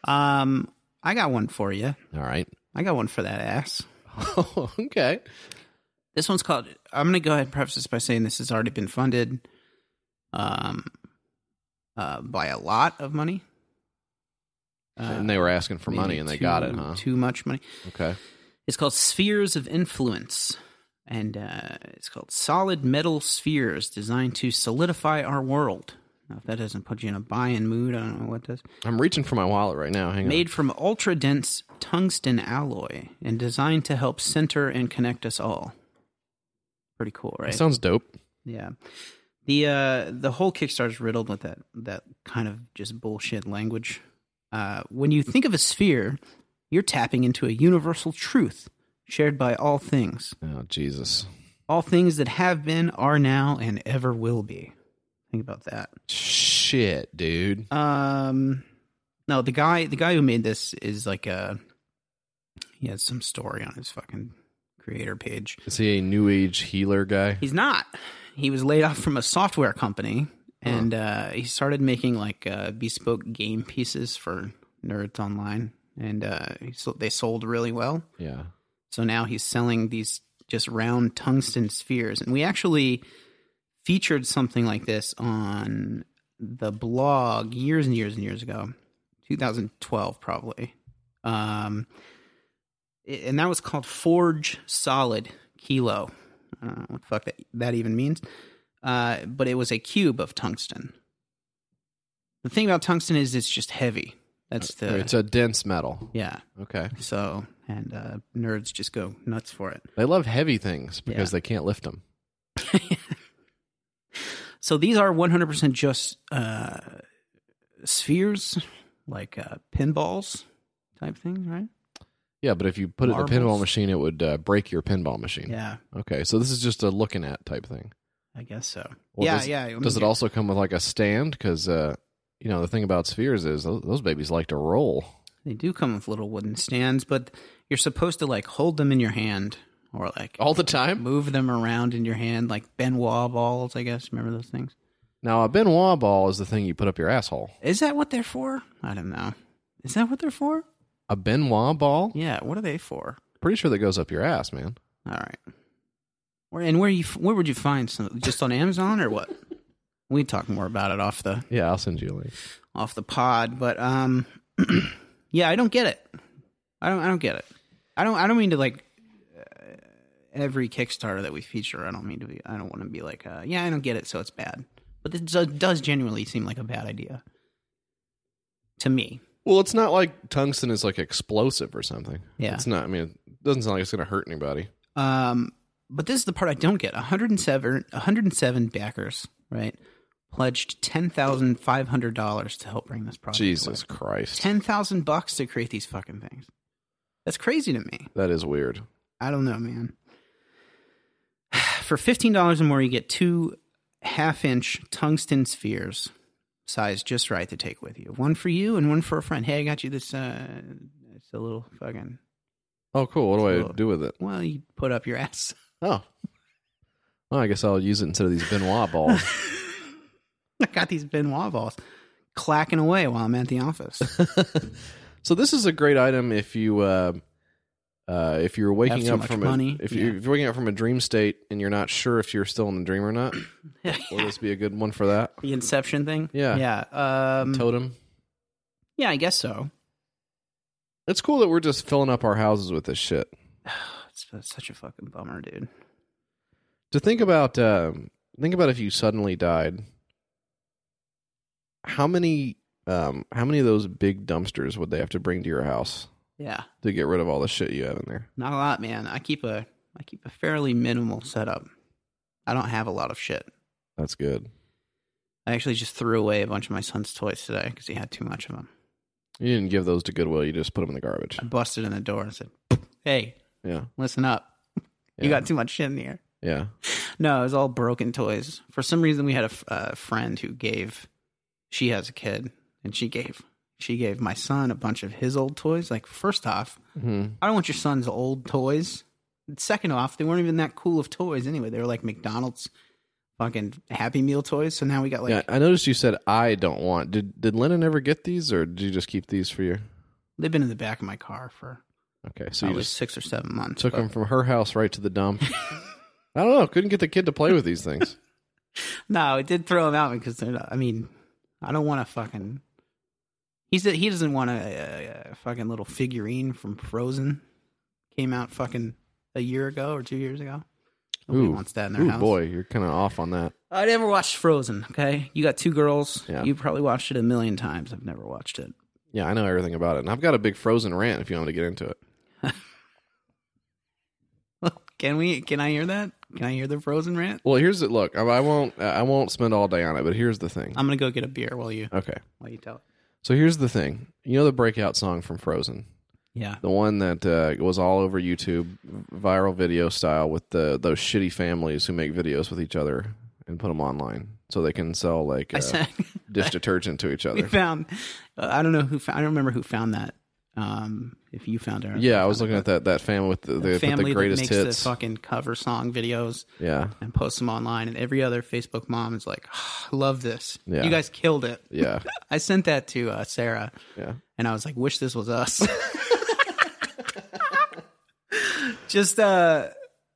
A: um, I got one for you.
C: All right.
A: I got one for that ass.
C: okay.
A: This one's called. I'm going to go ahead and preface this by saying this has already been funded, um, uh, by a lot of money.
C: and they were asking for money,
A: Maybe
C: and they
A: too-
C: got it, huh?
A: Too much money.
C: Okay.
A: It's called Spheres of Influence. And uh, it's called Solid Metal Spheres, designed to solidify our world. Now, if that doesn't put you in a buy in mood, I don't know what does.
C: I'm reaching for my wallet right now. Hang
A: Made from ultra dense tungsten alloy and designed to help center and connect us all. Pretty cool,
C: on.
A: right?
C: That sounds dope.
A: Yeah. The uh the whole Kickstarter's riddled with that that kind of just bullshit language. Uh when you think of a sphere, you're tapping into a universal truth shared by all things.
C: Oh Jesus!
A: All things that have been, are now, and ever will be. Think about that.
C: Shit, dude.
A: Um no, the guy the guy who made this is like a he has some story on his fucking creator page.
C: Is he a new age healer guy?
A: He's not. He was laid off from a software company, and uh, he started making like uh, bespoke game pieces for nerds online, and uh, he so- they sold really well.
C: Yeah.
A: So now he's selling these just round tungsten spheres, and we actually featured something like this on the blog years and years and years ago, 2012 probably, um, a- and that was called Forge Solid Kilo. I don't know what the fuck that, that even means, uh, but it was a cube of tungsten. The thing about tungsten is it's just heavy. That's the
C: It's a dense metal.
A: yeah.
C: Okay.
A: So and uh, nerds just go nuts for it.
C: They love heavy things because
A: Yeah.
C: they can't lift them.
A: So these are 100% just uh, spheres, like uh, pinballs type thing, right?
C: Yeah, but if you put it in a pinball
A: Marbles.
C: machine, it would uh, break your pinball machine.
A: Yeah,
C: Okay, so this is just a looking at type thing.
A: I guess so.
C: Well,
A: yeah,
C: does-
A: yeah. I mean,
C: Does it also come with like a stand? Because uh, you know the thing about spheres is tho- those babies like to roll.
A: They do come with little wooden stands, but you're supposed to like hold them in your hand or like
C: all the time.
A: move them around in your hand, like Benoit balls, I guess. Remember those things?
C: Now a Benoit ball is the thing you put up your asshole.
A: Is that what they're for? I don't know. Is that what they're for?
C: A Benoit ball?
A: Yeah, what are they for?
C: Pretty sure that goes up your ass, man.
A: All right. Where and where you f- where would you find some? Just on Amazon or what? We talk more about it off the
C: Yeah, I'll send you a link.
A: off the pod, but um, yeah, I don't get it. I don't I don't get it. I don't I don't mean to like uh, every Kickstarter that we feature. I don't mean to be. I don't want to be like uh, yeah, I don't get it, so it's bad. But this does, does genuinely seem like a bad idea to me.
C: Well, it's not like tungsten is like explosive or something.
A: Yeah.
C: It's not, I mean, it doesn't sound like it's going to hurt anybody.
A: Um, but this is the part I don't get. 107, 107 backers, right? Pledged ten thousand five hundred dollars to help bring this project. to
C: Jesus
A: life.
C: Christ.
A: ten thousand bucks to create these fucking things. That's crazy to me.
C: That is weird.
A: I don't know, man. For fifteen dollars or more, you get two half-inch tungsten spheres, size just right to take with you. One for you and one for a friend. Hey, I got you this. Uh, it's a little fucking.
C: Oh, cool. What do I
A: Cool.
C: do with it?
A: Well, you put up your ass.
C: Oh. Well, I guess I'll use it instead of these Benoit balls.
A: I got these Benoit balls clacking away while I'm at the office.
C: so this is a great item if you uh, uh, if you're waking
A: too
C: up
A: much
C: from
A: money,
C: A, if, you,
A: yeah.
C: if you're waking up from a dream state and you're not sure if you're still in a dream or not. Will this be a good one for that?
A: the Inception thing.
C: Yeah.
A: Yeah. Um,
C: Totem.
A: yeah, I guess so.
C: It's cool that we're just filling up our houses with this shit.
A: It's, it's such a fucking bummer, dude.
C: to think about um, think about if you suddenly died how many um how many of those big dumpsters would they have to bring to your house
A: Yeah.
C: to get rid of all the shit you have in there
A: Not a lot, man. I keep a I keep a fairly minimal setup. I don't have a lot of shit.
C: that's good
A: I actually just threw away a bunch of my son's toys today because he had too much of them.
C: you didn't give those to goodwill you just put them in the garbage
A: I busted in the door and said, "Hey,
C: yeah
A: listen up.
C: Yeah.
A: You got too much shit in here."
C: yeah
A: No, it was all broken toys. For some reason, we had a f- a friend who gave. She has a kid, and she gave she gave my son a bunch of his old toys. Like, first off,
C: Mhm.
A: I don't want your son's old toys. And Second off, they weren't even that cool of toys anyway. They were like McDonald's fucking Happy Meal toys. So now we got like
C: yeah i noticed you said i don't want did did lennon ever get these or did you just keep these for you
A: they've been in the back of my car for
C: okay so you
A: probably
C: just
A: six or seven months.
C: took
A: but
C: them from her house right to the dump i don't know couldn't get the kid to play with these things
A: No, it did throw him out because they're not, I mean, I don't want to fucking. He's a, he doesn't want a, a, a fucking little figurine from Frozen. Came out fucking a year ago or two years ago. Nobody
C: Ooh.
A: wants that in their
C: Ooh
A: house.
C: boy you're kind of off on that
A: I never watched Frozen. Okay, you got two girls.
C: Yeah.
A: You probably watched it a million times. I've never watched it.
C: Yeah, I know everything about it. And I've got a big frozen rant if you want me to get into it.
A: Can we? Can I hear that? Can I hear the Frozen rant?
C: Well, here's it. Look, I, I won't I won't spend all day on it, but here's the thing.
A: I'm gonna go get a beer while you
C: Okay.
A: while you tell it.
C: So here's the thing. You know the breakout song from Frozen?
A: Yeah.
C: The one that uh, was all over YouTube, viral video style with the those shitty families who make videos with each other and put them online so they can sell like
A: I
C: uh,
A: said
C: dish detergent to each
A: we
C: other.
A: found. Uh, I don't know who. Found, I don't remember who found that. Um, if you found it. or-
C: Yeah, I was looking at that that family with the, the, with
A: family
C: the greatest
A: that makes
C: hits.
A: the fucking cover song videos
C: yeah.
A: and posts them online, and every other Facebook mom is like, "Ah, "Love this!
C: Yeah.
A: You guys killed it!"
C: Yeah.
A: I sent that to uh, Sarah,
C: Yeah.
A: and I was like, "Wish this was us." Just, uh,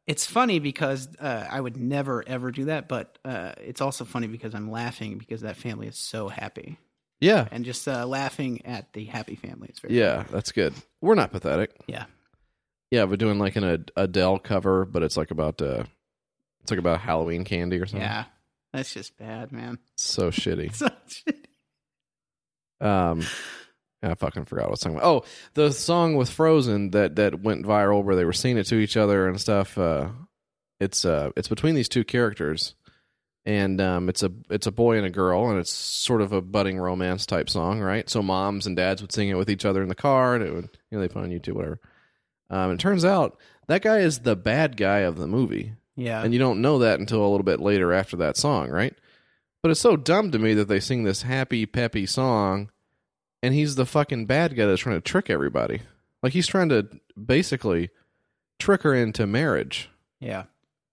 A: it's funny because uh, I would never ever do that, but uh, it's also funny because I'm laughing because that family is so happy,
C: Yeah.
A: and just uh, laughing at the happy family is very
C: Yeah, that's good. We're not pathetic.
A: yeah.
C: Yeah, we're doing like an Ad- Adele cover, but it's like about uh, it's like about Halloween candy or something.
A: Yeah, that's just bad, man.
C: so shitty.
A: So-
C: Um, I fucking forgot what I was talking about. Oh, the song with Frozen that that went viral where they were singing it to each other and stuff. Uh, it's uh, it's between these two characters, and um, it's a it's a boy and a girl, and it's sort of a budding romance type song, right? So moms and dads would sing it with each other in the car, and it would you know they put it on YouTube whatever. Um, it turns out that guy is the bad guy of the movie,
A: Yeah.
C: and you don't know that until a little bit later after that song, right? But it's so dumb to me that they sing this happy, peppy song, and he's the fucking bad guy that's trying to trick everybody. Like he's trying to basically trick her into marriage
A: yeah.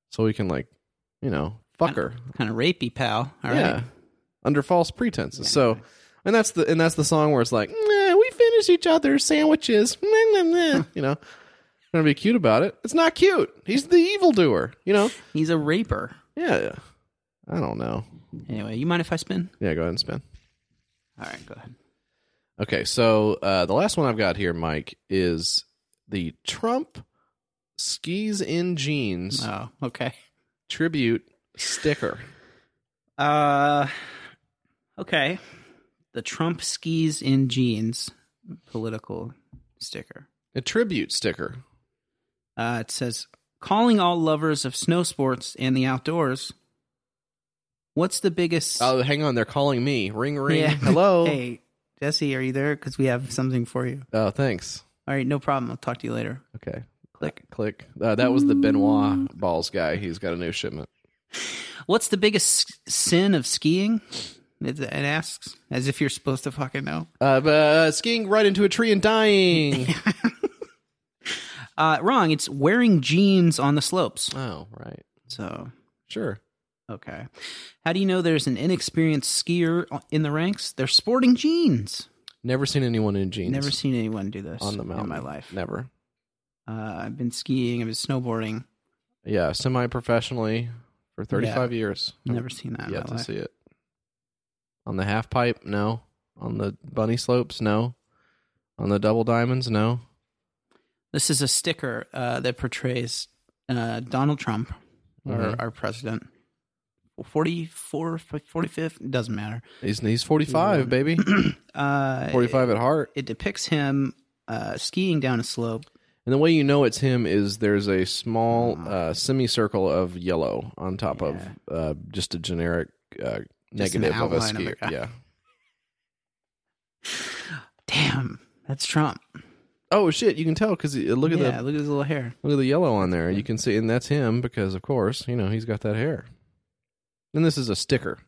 C: so he can like, you know, fuck her.
A: Kind of rapey, pal. All right.
C: yeah, under false pretenses. so, and that's the and that's the song where it's like, "Nah, we finish each other's sandwiches. Nah, nah, nah," you know, trying to be cute about it. It's not cute. He's the evildoer. You know.
A: He's a raper.
C: Yeah. yeah. I don't know.
A: Anyway, you mind if I spin?
C: Yeah, go ahead and spin.
A: All right, go ahead.
C: Okay, so uh, the last one I've got here, Mike, is the Trump skis in jeans
A: Oh, okay.
C: tribute sticker.
A: Uh, okay. The Trump skis in jeans political sticker.
C: A tribute sticker.
A: Uh, it says, calling all lovers of snow sports and the outdoors. What's the biggest?
C: Oh, hang on, they're calling me. Ring, ring.
A: Yeah.
C: Hello.
A: Hey, Jesse, are you there? Because we have something for you.
C: Oh, thanks.
A: All right, no problem. I'll talk to you later.
C: Okay,
A: Click.
C: click. Uh, that was the Benoit balls guy. He's got a new shipment.
A: What's the biggest s- sin of skiing? It, it asks, as if you're supposed to fucking know.
C: Uh, but, uh, skiing right into a tree and dying.
A: Uh, wrong. It's wearing jeans on the slopes.
C: oh, right.
A: So,
C: Sure.
A: okay. How do you know there's an inexperienced skier in the ranks? They're sporting jeans.
C: Never seen anyone in jeans.
A: Never seen anyone do this
C: on the mountain
A: in my life.
C: Never.
A: Uh, I've been skiing. I've been snowboarding.
C: Yeah, semi professionally for 35 years.
A: Never seen that in
C: yet
A: my
C: to
A: life.
C: see it. On the half pipe, no. On the bunny slopes, no. On the double diamonds, no.
A: This is a sticker uh, that portrays uh, Donald Trump, our,
C: Mhm.
A: our president. 44, 45th, doesn't matter.
C: He's he's 45, baby.
A: Uh,
C: 45 at heart.
A: It depicts him uh, skiing down a slope.
C: And the way you know it's him is there's a small
A: Uh-huh.
C: uh, semicircle of yellow on top of uh, just a generic uh,
A: Just an
C: negative of a
A: outline of the
C: skier.
A: guy.
C: yeah.
A: Damn, that's Trump.
C: Oh shit! You can tell because look at
A: yeah,
C: the
A: look at his little hair.
C: Look at the yellow on there. You can see, and that's him because, of course, you know he's got that hair. And this is a sticker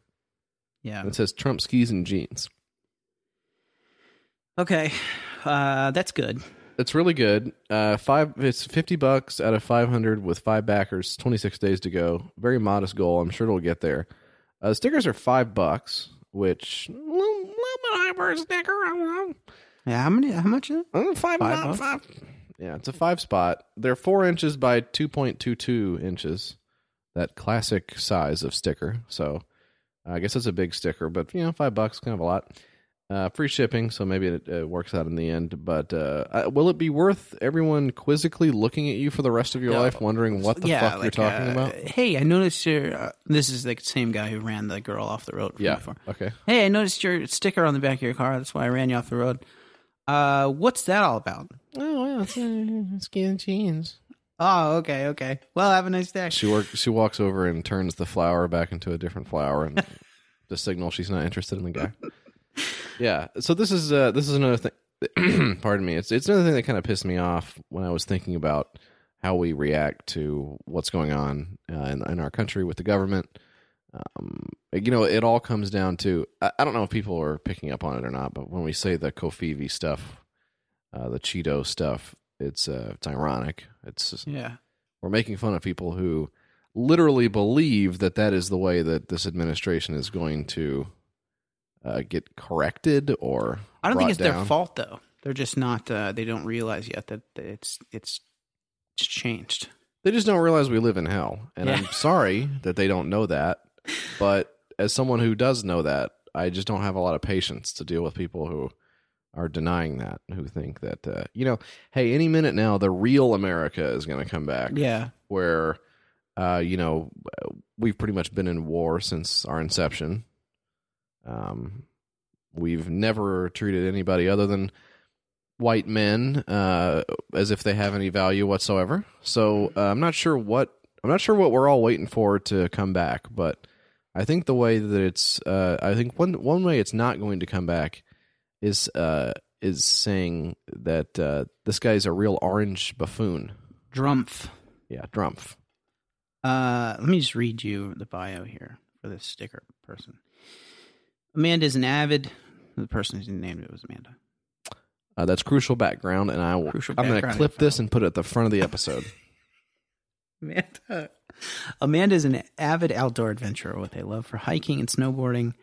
A: Yeah.
C: that says Trump skis and jeans.
A: Okay, uh, that's good.
C: It's really good. Uh, five. It's fifty bucks out of five hundred with five backers. Twenty six days to go. Very modest goal. I'm sure it'll get there. Uh, stickers are five bucks, which little, little bit high for a sticker. I don't know.
A: Yeah, how many? How much? Is it?
C: Uh, Five,
A: Five
C: bu-
A: bucks?
C: five. Yeah, it's a five spot. They're four inches by two point two two inches. That classic size of sticker. So uh, I guess it's a big sticker, but you know, five bucks kind of a lot. Uh, free shipping, so maybe it, it works out in the end. But uh, uh, will it be worth everyone quizzically looking at you for the rest of your life, wondering what the
A: yeah,
C: fuck you're
A: like,
C: talking
A: uh,
C: about?
A: Hey, I noticed your. Uh, this is the same guy who ran the girl off the road. From
C: Yeah.
A: Before.
C: Okay.
A: Hey, I noticed your sticker on the back of your car. That's why I ran you off the road. Uh, what's that all about?
C: Oh well, it's uh, skin jeans.
A: Oh, okay, okay. Well, have a nice day.
C: She work, She walks over and turns the flower back into a different flower, and to signal she's not interested in the guy. yeah. So this is uh, this is another thing. pardon me. It's it's another thing that kind of pissed me off when I was thinking about how we react to what's going on uh, in, in our country with the government. Um, you know, it all comes down to I, I don't know if people are picking up on it or not, but when we say the Kofivi stuff, uh, the Cheeto stuff, it's uh, it's ironic. It's
A: Yeah.
C: we're making fun of people who literally believe that that is the way that this administration is going to uh, get corrected or
A: I don't
C: brought
A: think it's their
C: down.
A: fault though. They're just not. Uh, they don't realize yet that it's it's it's changed.
C: They just don't realize we live in hell, and I'm
A: Yeah.
C: sorry that they don't know that. But as someone who does know that, I just don't have a lot of patience to deal with people who are denying that, who think that uh, you know, hey, any minute now, the real America is going to come back.
A: Yeah.
C: where uh, you know we've pretty much been in war since our inception. Um, We've never treated anybody other than white men uh, as if they have any value whatsoever. So uh, I'm not sure what I'm not sure what we're all waiting for to come back, but I think the way that it's uh, I think one one way it's not going to come back is uh, is saying that uh, this guy's a real orange buffoon.
A: Drumpf.
C: Yeah, Drumpf.
A: Uh, let me just read you the bio here for this sticker person. Amanda is an avid. The person who named it was Amanda.
C: Uh, that's crucial background, and I will.
A: Crucial
C: I'm going to
A: background
C: clip this and put it at the front of the episode.
A: Amanda. Amanda is an avid outdoor adventurer with a love for hiking and snowboarding.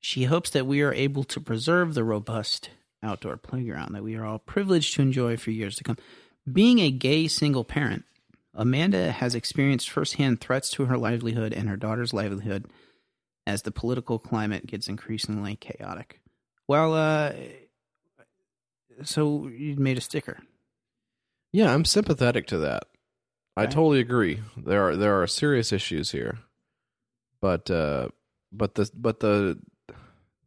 A: She hopes that we are able to preserve the robust outdoor playground that we are all privileged to enjoy for years to come. Being a gay single parent, Amanda has experienced firsthand threats to her livelihood and her daughter's livelihood as the political climate gets increasingly chaotic. Well, uh, so you made a sticker.
C: yeah, I'm sympathetic to that. I totally agree. There are there are serious issues here, but uh, but the but the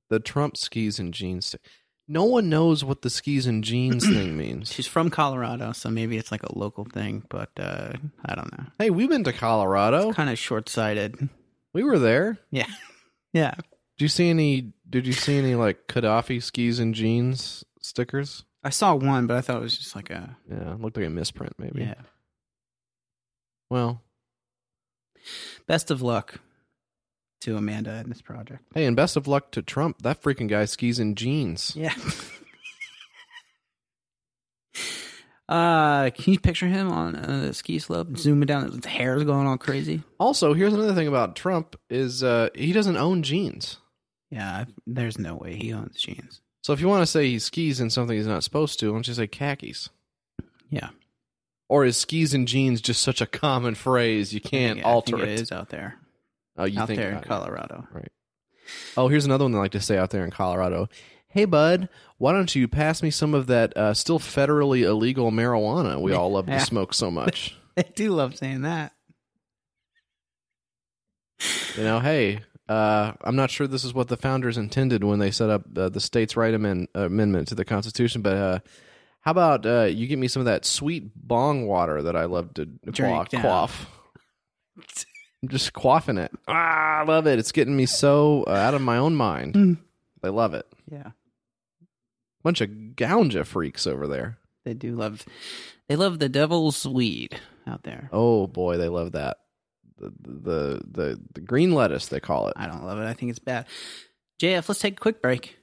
C: the Trump skis and jeans. Thing. No one knows what the skis and jeans thing means.
A: She's from Colorado, so maybe it's like a local thing, but uh, I don't know.
C: Hey, we've been to Colorado.
A: kind of short sighted.
C: We were there.
A: Yeah. Yeah.
C: Do you see any? Did you see any like Gaddafi skis and jeans stickers?
A: I saw one, but I thought it was just like a.
C: Yeah, it looked like a misprint. Maybe.
A: Yeah.
C: Well,
A: Best of luck to Amanda in this project.
C: hey, and best of luck to Trump. That freaking guy skis in jeans.
A: Yeah. uh, can you picture him on a ski slope, zooming down? His hair's going all crazy.
C: Also, here's another thing about Trump is uh, he doesn't own jeans.
A: Yeah, there's no way he owns jeans.
C: So if you want to say he skis in something he's not supposed to, why don't you say khakis?
A: Yeah.
C: Or is skis and jeans just such a common phrase you can't
A: Yeah, I
C: alter
A: think
C: it?
A: it is out there.
C: Oh, you
A: out
C: think
A: there in
C: not.
A: Colorado.
C: Right. Oh, here's another one they like to say out there in Colorado. Hey, bud, why don't you pass me some of that uh, still federally illegal marijuana we all love to
A: Yeah.
C: smoke so much?
A: They do love saying that.
C: you know, hey, uh, I'm not sure this is what the founders intended when they set up uh, the states' right amend- amendment to the Constitution, but uh, how about uh, you give me some of that sweet bong water that I love to
A: Drink
C: quaff?
A: down.
C: quaff. I'm just quaffing it. Ah, I love it. It's getting me so uh, out of my own mind. they love it.
A: Yeah.
C: Bunch of ganja freaks over there.
A: They do love. They love the devil's weed out there.
C: Oh boy, they love that. The the the, the green lettuce they call it.
A: I don't love it. I think it's bad. JF, let's take a quick break.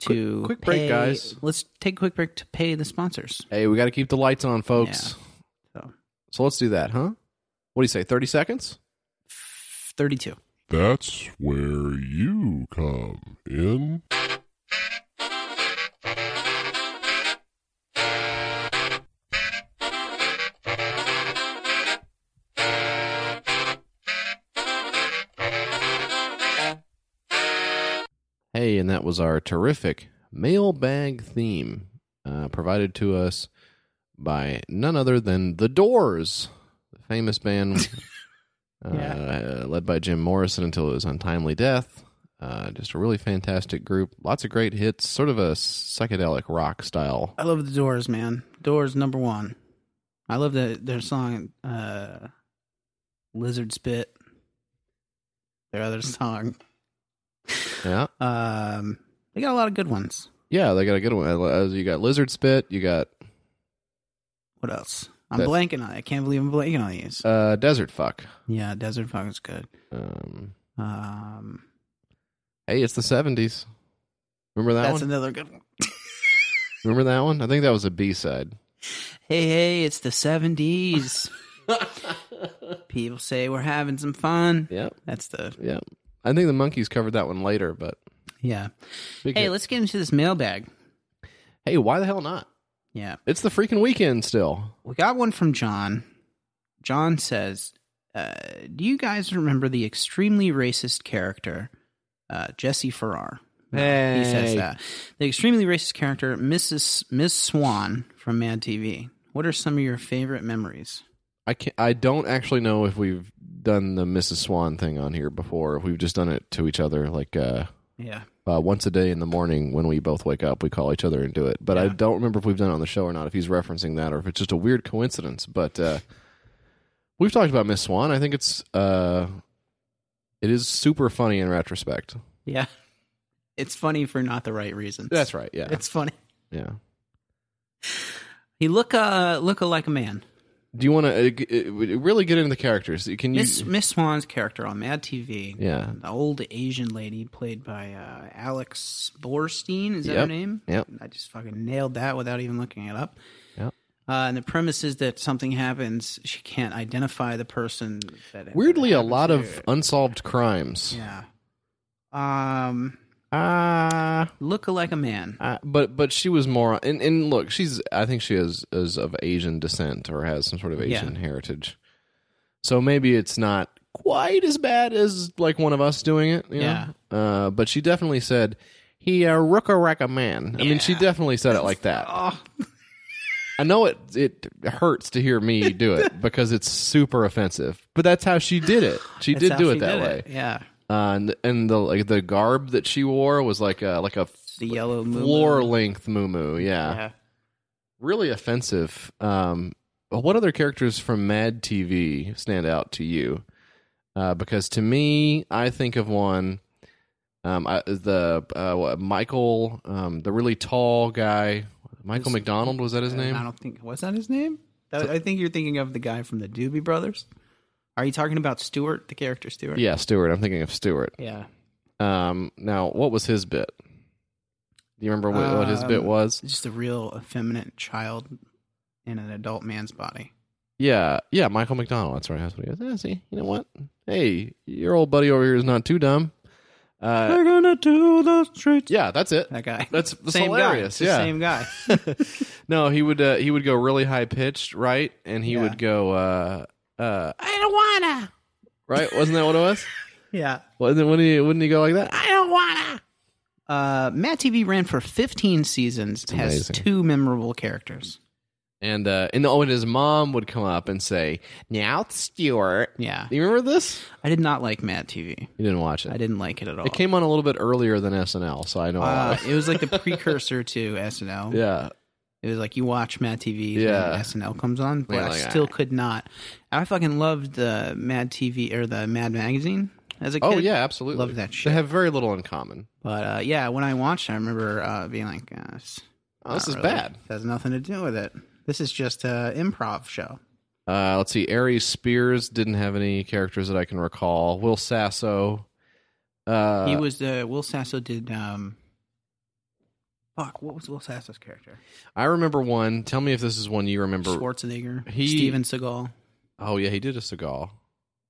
A: To
C: Quick- quick break,
A: pay-
C: guys.
A: Let's take a quick break to pay the sponsors.
C: Hey, we got to keep the lights on, folks.
A: So
C: So let's do that, huh? What do you say? Thirty seconds?
A: thirty-two.
B: That's where you come in.
C: Hey, and that was our terrific mailbag theme uh, provided to us by none other than The Doors, the famous band uh, led by Jim Morrison until his untimely death. Uh, just a really fantastic group. Lots of great hits, sort of a psychedelic rock style.
A: I love the Doors, man. Doors number one. I love the, their song uh, "Lizard Spit." Their other song.
C: Yeah.
A: Um, they got a lot of good ones.
C: Yeah, they got a good one. Uh, You got Lizard Spit, you got
A: What else? I'm
C: That-
A: blanking on. it. I can't believe I'm blanking on these.
C: uh, Desert Fuck.
A: yeah, Desert Fog is good.
C: Um,
A: Um,
C: hey, it's the 70s. Remember that
A: that's
C: one?
A: another good one.
C: Remember that one? I think that was a B side.
A: Hey, hey, it's the 70s. People say we're having some fun.
C: Yep.
A: That's the,
C: Yep. I think the monkeys covered that one later, but
A: yeah.
C: big
A: Hey,
C: hit.
A: let's get into this mailbag.
C: hey, why the hell not?
A: Yeah.
C: It's the freaking weekend still.
A: We got one from John. John says, uh, Do you guys remember the extremely racist character, uh, Jesse Farrar? He says
C: Hey.
A: that. The extremely racist character, Mrs. Miss Swan from Mad TV. What are some of your favorite memories?
C: I can not I don't actually know if we've done the Mrs. Swan thing on here before. If we've just done it to each other, like uh,
A: Yeah.
C: uh, once a day in the morning when we both wake up. We call each other and do it. But I don't remember if we've done it on the show or not. If he's referencing that or if it's just a weird coincidence. But uh, we've talked about Miss Swan. I think it's uh, it is super funny in retrospect.
A: Yeah. It's funny for not the right reasons.
C: That's right. Yeah.
A: It's funny.
C: yeah.
A: He look uh look like a man.
C: Do you want to uh, really get into the characters? Can you?
A: Miss Miss Swan's character on Mad TV.
C: Yeah.
A: The old Asian lady played by uh, Alex Borstein. Is that her
C: Yep.
A: name?
C: Yep.
A: I just fucking nailed that without even looking it up.
C: Yep.
A: Uh, and the premise is that something happens, she can't identify the person. That
C: Weirdly,
A: that
C: a
A: happened
C: lot
A: to
C: of unsolved crimes.
A: yeah. Um,
C: Ah.
A: look like a man.
C: Uh, but but she was more and, and look she's I think she is is of Asian descent or has some sort of
A: Yeah.
C: Asian heritage, so maybe it's not quite as bad as like one of us doing it. you know? Uh, but she definitely said he uh, a rooker like a man. I mean, she definitely said it like that.
A: Oh,
C: I know it it hurts to hear me do it because it's super offensive, but that's how she did it. She
A: that's
C: did
A: how
C: do
A: she
C: it that
A: did
C: way.
A: Yeah.
C: Uh, and and the like the garb that she wore was like a like a
A: The yellow moon.
C: floor length muumuu.
A: Yeah.
C: really offensive. Um, but what other characters from Mad TV stand out to you? Uh, because to me, I think of one. Um, I, the uh, what, Michael, um, the really tall guy, Michael McDonald was that his
A: I
C: name?
A: don't think was that his name. That, I think you're thinking of the guy from the Doobie Brothers. Are you talking about Stewart, the character Stewart?
C: Yeah, Stewart. I'm thinking of Stewart.
A: Yeah.
C: Um, now, what was his bit? Do you remember what, what his bit
A: Um,
C: was?
A: Just a real effeminate child in an adult man's body.
C: Yeah, yeah, Michael McDonald. That's right. That's what he goes. Yeah, see, you know what? Hey, your old buddy over here is not too dumb. Uh, They're gonna do the streets. Yeah, that's it.
A: That guy.
C: That's, that's
A: same
C: hilarious.
A: Guy. It's
C: Yeah.
A: the same guy.
C: No, he would uh, he would go really high pitched, right? And he would go, uh, uh, I don't wanna. Right? Wasn't that what it was?
A: yeah.
C: Wasn't wouldn't he wouldn't he go like that? I don't wanna.
A: Uh, Matt TV ran for 15 seasons. has
C: amazing.
A: two memorable characters.
C: And uh, and oh, and his mom would come up and say, "Now, Stewart."
A: Yeah.
C: You remember this?
A: I did not like Matt TV.
C: You didn't watch it.
A: I didn't like it at all.
C: It came on a little bit earlier than SNL, so I know. a lot
A: Uh,
C: of-
A: it was like the precursor to SNL.
C: yeah.
A: It was like you watch Mad TV,
C: Yeah.
A: and SNL comes on, but
C: Yeah,
A: I
C: like,
A: still
C: ah.
A: could not. I fucking loved the Mad TV or the Mad magazine as a kid.
C: Oh yeah, absolutely.
A: Love that shit.
C: They have very little in common.
A: But uh, yeah, when I watched, it, I remember uh, being like, uh, this,
C: Oh, this
A: not
C: is
A: really-
C: bad.
A: It has nothing to do with it. This is just a improv show.
C: Uh, let's see. Aries Spears didn't have any characters that I can recall. Will Sasso. Uh,
A: he was the Will Sasso did. Um, fuck, what was Will Sasso's character?
C: I remember one. Tell me if this is one you remember.
A: Schwarzenegger,
C: he-
A: Steven Seagal.
C: Oh yeah, he did a Seagal.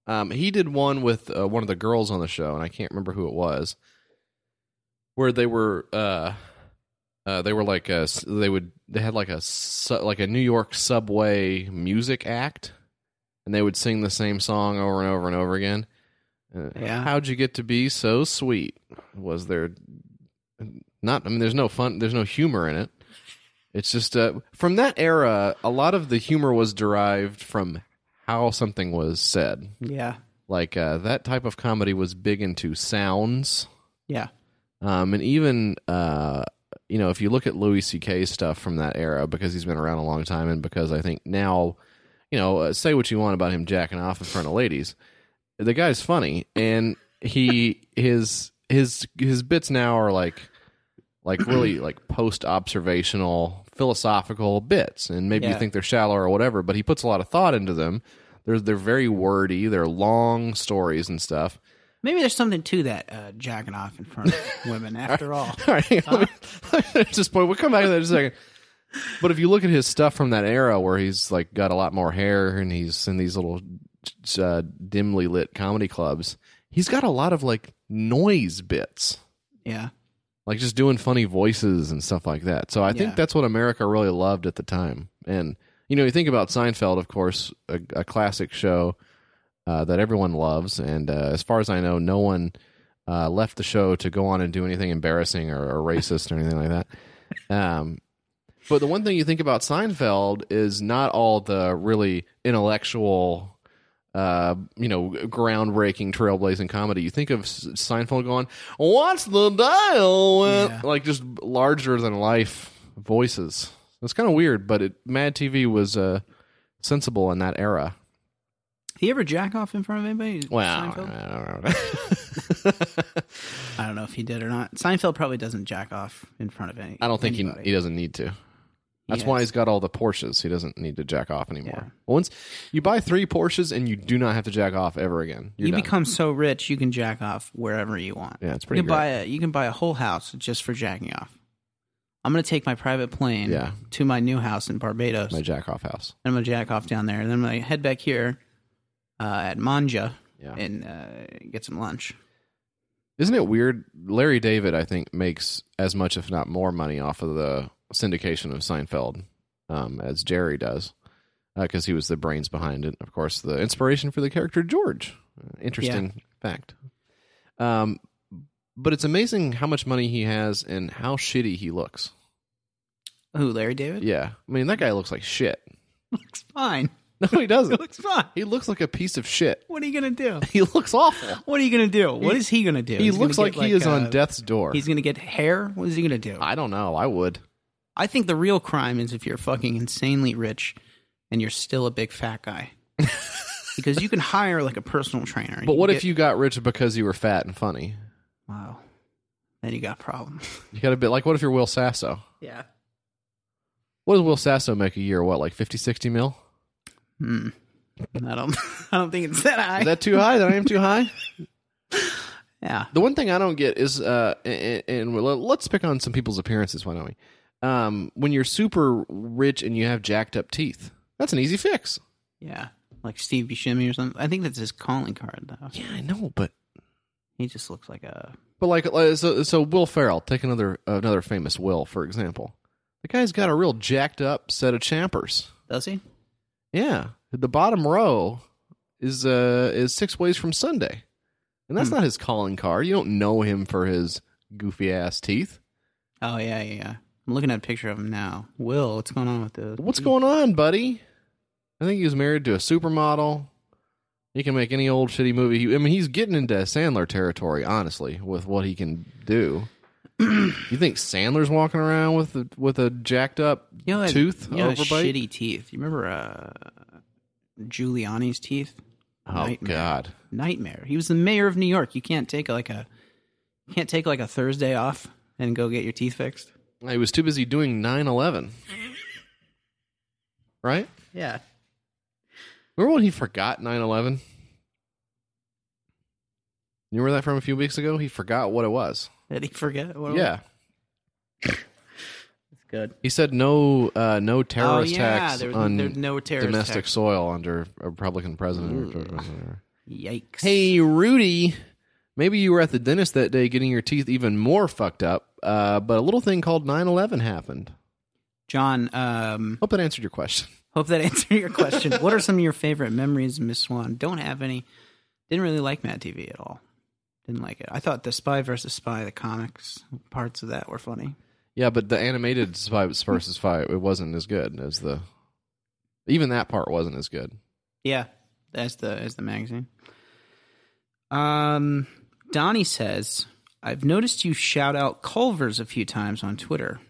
C: Um, he did one with uh, one of the girls on the show, and I can't remember who it was. Where they were, uh, uh, they were like uh s- they would they had like a su- like a New York subway music act, and they would sing the same song over and over and over again. Uh,
A: Yeah.
C: How'd you get to be so sweet? Was there not? I mean, there's no fun. There's no humor in it. It's just uh, from that era, a lot of the humor was derived from how something was said.
A: Yeah,
C: Like uh, that type of comedy was big into sounds,
A: yeah,
C: um, and even uh, you know if you look at Louis C.K. 's stuff from that era because he's been around a long time, and because I think now, you know, uh, say what you want about him jacking off in front of ladies, the guy's funny, and he his his his bits now are like like really like post observational philosophical bits and maybe
A: Yeah.
C: you think they're shallow or whatever but he puts a lot of thought into them they're they're very wordy they're long stories and stuff
A: maybe there's something to that uh, jacking off in front of women. After all,
C: all right hang on, let me- just point we'll come back to that in a second but if you look at his stuff from that era where he's like got a lot more hair and he's in these little uh, dimly lit comedy clubs he's got a lot of like noise bits
A: yeah.
C: like just doing funny voices and stuff like that. So I
A: Yeah.
C: think that's what America really loved at the time. And you know, you think about Seinfeld, of course, a, a classic show uh, that everyone loves. And uh, as far as I know, no one uh, left the show to go on and do anything embarrassing or, or racist or anything like that. Um, but the one thing you think about Seinfeld is not all the really intellectual uh, you know, groundbreaking, trailblazing comedy. You think of S- Seinfeld going, "What's the deal?" with-"
A: Yeah.
C: Like just larger than life voices. It's kind of weird, but it, Mad TV was uh, sensible in that era.
A: He ever jack off in front of anybody?
C: Wow.
A: Seinfeld?
C: I don't know.
A: I don't know if he did or not. Seinfeld probably doesn't jack off in front of any.
C: I don't think
A: anybody.
C: he he doesn't need to. That's
A: Yeah.
C: why he's got all the Porsches. He doesn't need to jack off anymore.
A: Yeah.
C: Once you buy three Porsches and you do not have to jack off ever again. You're
A: you
C: done.
A: become so rich you can jack off wherever you want.
C: Yeah, it's
A: You
C: pretty
A: can
C: great.
A: buy a you can buy a whole house just for jacking off. I'm gonna take my private plane
C: Yeah.
A: to my new house in Barbados.
C: my jack off house.
A: and I'm gonna jack off down there, and then I'm gonna head back here uh, at Manja
C: Yeah.
A: and uh, get some lunch.
C: Isn't it weird? Larry David, I think, makes as much, if not more, money off of the syndication of Seinfeld um, as Jerry does, because he was the brains behind it. Of course, the inspiration for the character George. Uh, Interesting fact. Um, but it's amazing how much money he has and how shitty he looks.
A: Who, Larry David?
C: Yeah, I mean that guy looks like shit.
A: Looks fine.
C: No, he
A: It
C: doesn't.
A: looks fine.
C: he looks like a piece of shit.
A: What are you gonna do?
C: He looks awful.
A: What are you gonna do? What is he gonna do?
C: He
A: He's
C: looks
A: gonna
C: like
A: get,
C: he is
A: uh,
C: on death's door.
A: He's gonna get hair. What is he gonna do?
C: I don't know. I would.
A: I think the real crime is if you're fucking insanely rich and you're still a big fat guy. because you can hire like a personal trainer. and
C: But what
A: can
C: if
A: get-
C: you got rich because you were fat and funny?
A: Wow. Then you got problems.
C: You got a bit like what if you're Will Sasso?
A: Yeah.
C: What does Will Sasso make a year? What like 50, 60 mil?
A: I don't I don't think it's that high.
C: Is that too high? That I am too high.
A: yeah.
C: The one thing I don't get is, uh, and, and we'll- let's pick on some people's appearances. Why don't we? Um, when you're super rich and you have jacked up teeth, that's an easy fix.
A: Yeah. Like Steve Buscemi or something. I think that's his calling card though.
C: Yeah, I know, but
A: He just looks like a
C: But like, like, so, so Will Ferrell, take another another famous Will for example. The guy's got a real jacked up set of champers.
A: does he?
C: Yeah, the bottom row is uh is six ways from Sunday, and
A: Hmm.
C: that's not his calling card. You don't know him for his goofy ass teeth.
A: Oh yeah, yeah, yeah. I'm looking at a picture of him now. Will, what's going on with the
C: What's going on, buddy? I think he was married to a supermodel. He can make any old shitty movie. He- I mean, he's getting into Sandler territory, honestly, with what he can do. you think Sandler's walking around with a, with a jacked up
A: you know, that-
C: tooth
A: you know, that
C: overbite?
A: shitty teeth. You remember uh Giuliani's teeth?
C: oh
A: nightmare.
C: God!
A: nightmare. He was the mayor of New York. You can't take like a you can't take like a Thursday off and go get your teeth fixed.
C: He was too busy doing 9-11. right?
A: Yeah.
C: Remember when he forgot 9-11? You remember that from a few weeks ago? He forgot what it was.
A: Did he forget? What
C: Yeah.
A: it's Oh. good.
C: He said no, uh, no terrorist
A: oh yeah,
C: attacks
A: there was,
C: on
A: there was no terrorist
C: domestic
A: attacks. Mm.
C: soil under a Republican president. or- or-
A: Yikes.
C: Hey, Rudy. Maybe you were at the dentist that day getting your teeth even more fucked up, uh, but a little thing called 9 11 happened.
A: John. Um,
C: Hope that answered your question.
A: hope that answered your question. what are some of your favorite memories, Miss Swan? Don't have any. Didn't really like Mad TV at all. Didn't like it. I thought the Spy versus Spy, the comics parts of that were funny.
C: Yeah, but the animated Spy versus Spy, it wasn't as good as the. Even that part wasn't as good.
A: Yeah, as the as the magazine. Um, Donnie says, "I've noticed you shout out Culver's a few times on Twitter,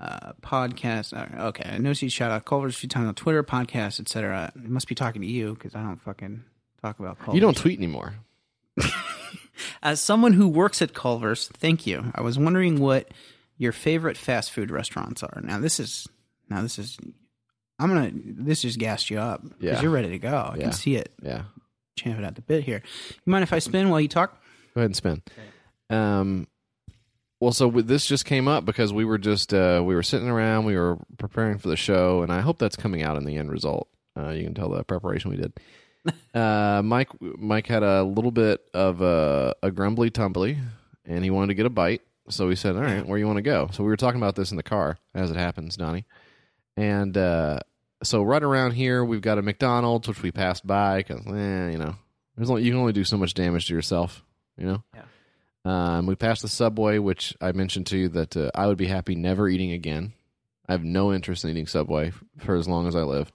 A: uh, podcast. uh, Okay, I noticed you shout out Culver's a few times on Twitter, podcast, etc. I must be talking to you because I don't fucking talk about Culver's.
C: You don't tweet anymore.
A: As someone who works at Culver's, thank you. I was wondering what your favorite fast food restaurants are. Now this is now this is." I'm gonna. This just gassed you up because
C: Yeah.
A: you're ready to go. I
C: Yeah.
A: can see it
C: Yeah.
A: champing at the bit here. You mind if I spin while you talk?
C: Go ahead and spin. Um, well, so with, this just came up because we were just uh, we were sitting around, we were preparing for the show, and I hope that's coming out in the end result. Uh, you can tell the preparation we did. Uh, Mike Mike had a little bit of a, a grumbly tumbly, and he wanted to get a bite. So we said, "All right, where you want to go?" So we were talking about this in the car, as it happens, Donnie. And uh, so right around here, we've got a McDonald's, which we passed by because, eh, you know, there's only, you can only do so much damage to yourself, you know.
A: Yeah.
C: Um, we passed the subway, which I mentioned to you that uh, I would be happy never eating again. I have no interest in eating Subway f- for as long as I live.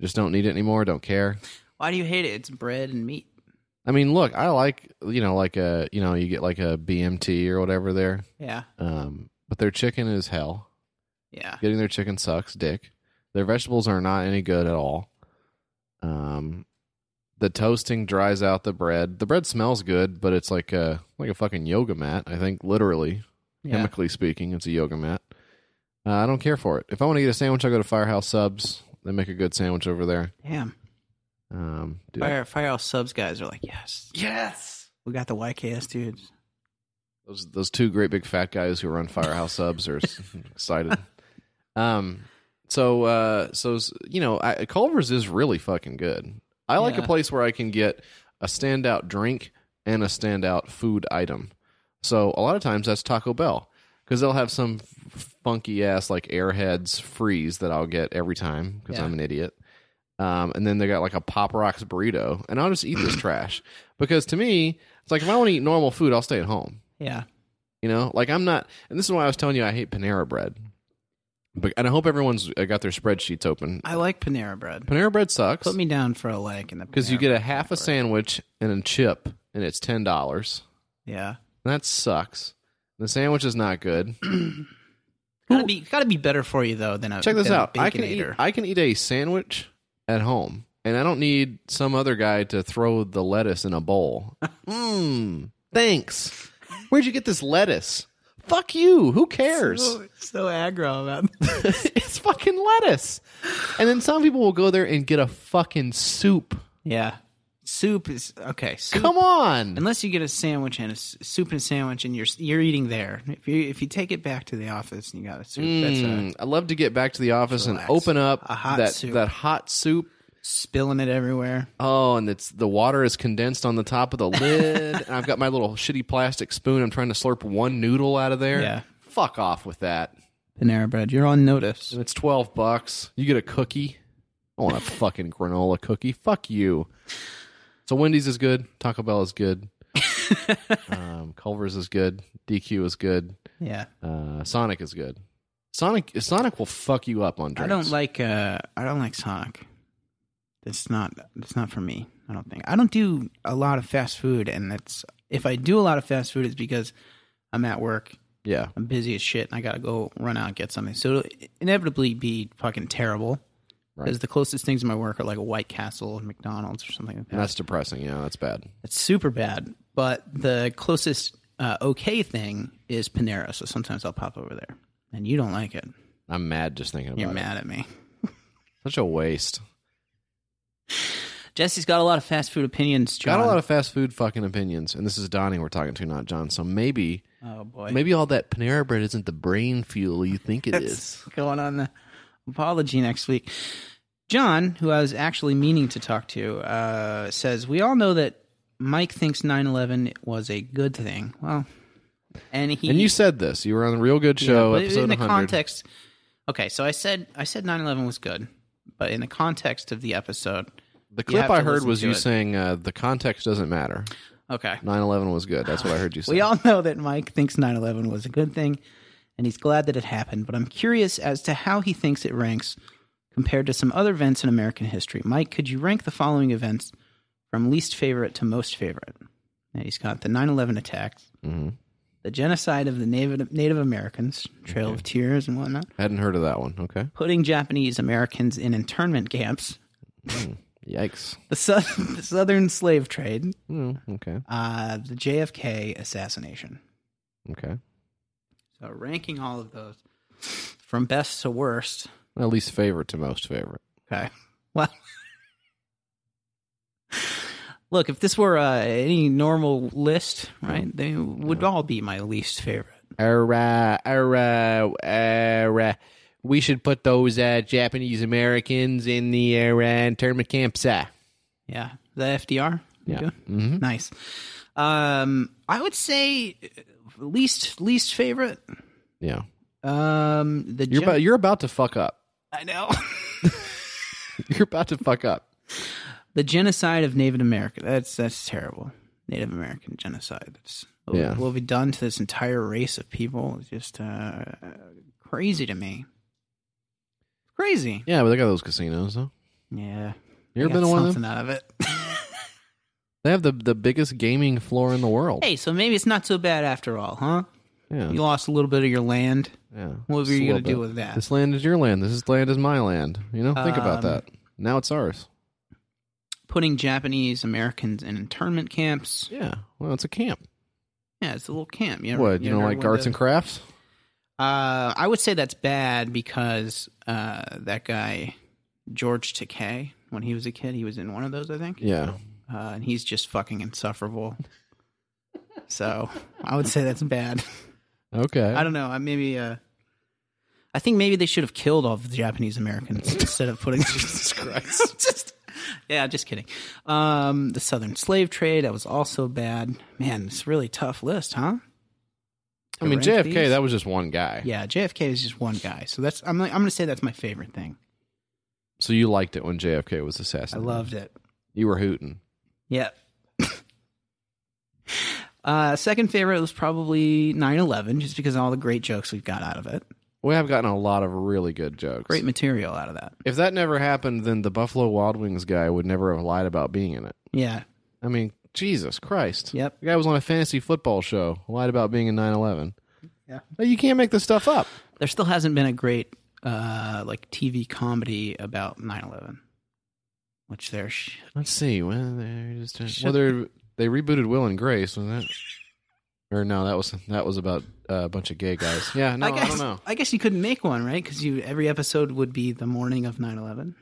C: Just don't need it anymore. Don't care.
A: Why do you hate it? It's bread and meat.
C: I mean, look, I like you know, like a you know, you get like a BMT or whatever there.
A: Yeah.
C: Um, but their chicken is hell.
A: Yeah.
C: Getting their chicken sucks dick. Their vegetables are not any good at all. Um, the toasting dries out the bread. The bread smells good, but it's like a like a fucking yoga mat. I think literally,
A: Yeah.
C: chemically speaking, it's a yoga mat. Uh, I don't care for it. If I want to get a sandwich, I go to Firehouse Subs. They make a good sandwich over there.
A: Damn.
C: Um, dude,
A: Fire, firehouse subs guys are like, yes.
C: yes.
A: We got the YKS dudes.
C: Those those two great big fat guys who run Firehouse Subs are s- excited. Um, so uh, so s- you know, I, Culver's is really fucking good. I like a
A: Yeah.
C: place where I can get a standout drink and a standout food item. So a lot of times that's Taco Bell because they'll have some f- funky ass like Airheads freeze that I'll get every time because
A: Yeah.
C: I'm an idiot. Um, and then they got like a Pop Rocks burrito, and I'll just eat this trash because to me, it's like if I want to eat normal food, I'll stay at home.
A: Yeah.
C: You know, like I'm not, and this is why I was telling you I hate Panera bread. But and I hope everyone's uh, got their spreadsheets open.
A: I like Panera bread.
C: Panera bread sucks
A: Put me down for a like in the
C: because you
A: Panera
C: get a
A: bread
C: half a
A: category.
C: sandwich and a chip, and it's ten dollars.
A: Yeah.
C: That sucks. The sandwich is not good.
A: Gotta be gotta be better for you though than a
C: Check this
A: than a
C: out. I can eat,
A: Baconator.
C: I can eat a sandwich at home, and I don't need some other guy to throw the lettuce in a bowl. Mmm. Thanks. Where'd you get this lettuce? Fuck you. Who cares?
A: so, so aggro about
C: it's fucking lettuce. And then some people will go there and get a fucking soup.
A: Yeah. Soup is okay. Soup,
C: Come on.
A: Unless you get a sandwich and a s- soup and a sandwich, and you're you're eating there. If you if you take it back to the office and you got a soup, that's
C: Mm, I'd love to get back to the office
A: Relax.
C: and open up
A: A hot
C: that
A: soup.
C: that hot soup.
A: a, spilling it everywhere.
C: Oh, and it's the water is condensed on the top of the lid. and I've got my little shitty plastic spoon. I'm trying to slurp one noodle out of there.
A: Yeah.
C: Fuck off with that.
A: Panera bread, you're on notice.
C: And it's twelve bucks. You get a cookie. I want a fucking granola cookie. Fuck you. So Wendy's is good. Taco Bell is good. um, Culver's is good. DQ is good.
A: Yeah,
C: Uh, Sonic is good. Sonic Sonic will fuck you up on drinks.
A: I don't like uh, I don't like Sonic. It's not it's not for me. I don't think I don't do a lot of fast food, and that's if I do a lot of fast food, it's because I'm at work,
C: Yeah.
A: I'm busy as shit, and I gotta go run out and get something. So it'll inevitably be fucking terrible. Because
C: Right.
A: the closest things in my work are like a White Castle and McDonald's or something like that.
C: And that's depressing. Yeah, that's bad.
A: It's super bad. But the closest uh, okay thing is Panera. So sometimes I'll pop over there. And you don't like it.
C: I'm mad just thinking about
A: You're
C: it.
A: mad at me.
C: Such a waste.
A: Jesse's got a lot of fast food opinions, John.
C: Got a lot of fast food fucking opinions, and this is Donnie we're talking to, not John. So maybe
A: Oh, boy.
C: maybe all that Panera bread isn't the brain fuel you think it is.
A: It's going on the apology next week. John, who I was actually meaning to talk to, uh, says, We all know that Mike thinks 9 11 was a good thing. Well, and he.
C: And you said this. You were on the Real Good
A: Yeah,
C: Show,
A: but
C: episode
A: in the
C: 100.
A: context okay so i said i said 9-11 was good but in the context of the episode
C: the
A: you have
C: clip I
A: to
C: heard
A: listen
C: was
A: to
C: you
A: it.
C: saying uh, the context doesn't matter.
A: okay
C: 9-11 was good. That's what I heard you say.
A: we all know that mike thinks 9-11 was a good thing and he's glad that it happened but i'm curious as to how he thinks it ranks compared to some other events in american history mike could you rank the following events from least favorite to most favorite now he's got the 9-11 attacks
C: Mhm.
A: the genocide of the native, native americans trail of tears and whatnot
C: Hadn't heard of that one. Okay.
A: putting japanese americans in internment camps
C: Yikes.
A: the, sou- the Southern slave trade,
C: Mm, okay.
A: uh, the JFK assassination.
C: Okay.
A: So ranking all of those from best to worst.
C: At least favorite to most favorite.
A: Okay. Well, look, if this were uh, any normal list, right, they would all be my least favorite.
C: Era, era, era. We should put those uh, Japanese Americans in the uh, internment camps. uh.
A: Yeah. The FDR? You
C: Yeah. Mm-hmm.
A: do? Nice. Um, I would say least least favorite.
C: Yeah.
A: Um, the
C: You're,
A: gen-
C: about, you're about to fuck up.
A: I know.
C: You're about to fuck up.
A: the genocide of Native American. That's that's terrible. Native American genocide. That's what,
C: Yeah.
A: what we've done to this entire race of people is just uh, crazy to me. Crazy.
C: Yeah, but they got those casinos, though.
A: Yeah.
C: You ever
A: got
C: been to one of
A: something
C: them?
A: out of it.
C: They have the, the biggest gaming floor in the world.
A: hey, so maybe it's not so bad after all, huh?
C: yeah,
A: You lost a little bit of your land.
C: yeah.
A: What were
C: Just a
A: you
C: little
A: gonna do
C: bit.
A: with that?
C: This land is your land. This land is my land. You know, think about
A: Um,
C: that. Now it's ours.
A: Putting Japanese Americans in internment camps.
C: Yeah. Well, it's a camp.
A: Yeah, it's a little camp. You ever-
C: What you know,
A: ever
C: like
A: went
C: arts
A: to-
C: and crafts.
A: Uh, I would say that's bad because uh, that guy George Takei, when he was a kid, he was in one of those, I think,
C: Yeah.
A: uh, and he's just fucking insufferable. so I would say that's bad.
C: Okay.
A: I don't know. I maybe. Uh, I think maybe they should have killed all of the Japanese Americans instead of putting Jesus Christ. just, yeah, just kidding. Um, the Southern slave trade that was also bad. Man, it's a really tough list, huh?
C: I mean,
A: Arrange
C: JFK.
A: these?
C: That was just one guy.
A: Yeah, JFK is just one guy. So that's I'm like, I'm gonna say that's my favorite thing.
C: So you liked it when JFK was
A: I
C: assassinated.
A: loved it.
C: You were hooting.
A: Yeah. uh, second favorite was probably 9/11, just because of all the great jokes we've got out of it.
C: We have gotten a lot of really good jokes.
A: Great material out of that.
C: If that never happened, then the Buffalo Wild Wings guy would never have lied about being in it.
A: Yeah.
C: I mean, Jesus Christ.
A: Yep.
C: The guy was on a fantasy football show, lied about being in 9 11.
A: Yeah.
C: You can't make this stuff up.
A: There still hasn't been a great uh, like TV comedy about 9/11, which there. Sh-
C: Let's see. Well, they just, whether they rebooted Will and Grace, was that? Or no, that was that was about uh, a bunch of gay guys. Yeah, no, I,
A: guess,
C: don't know.
A: Oh, I guess you couldn't make one, right? Because you every episode would be the morning of 9/11.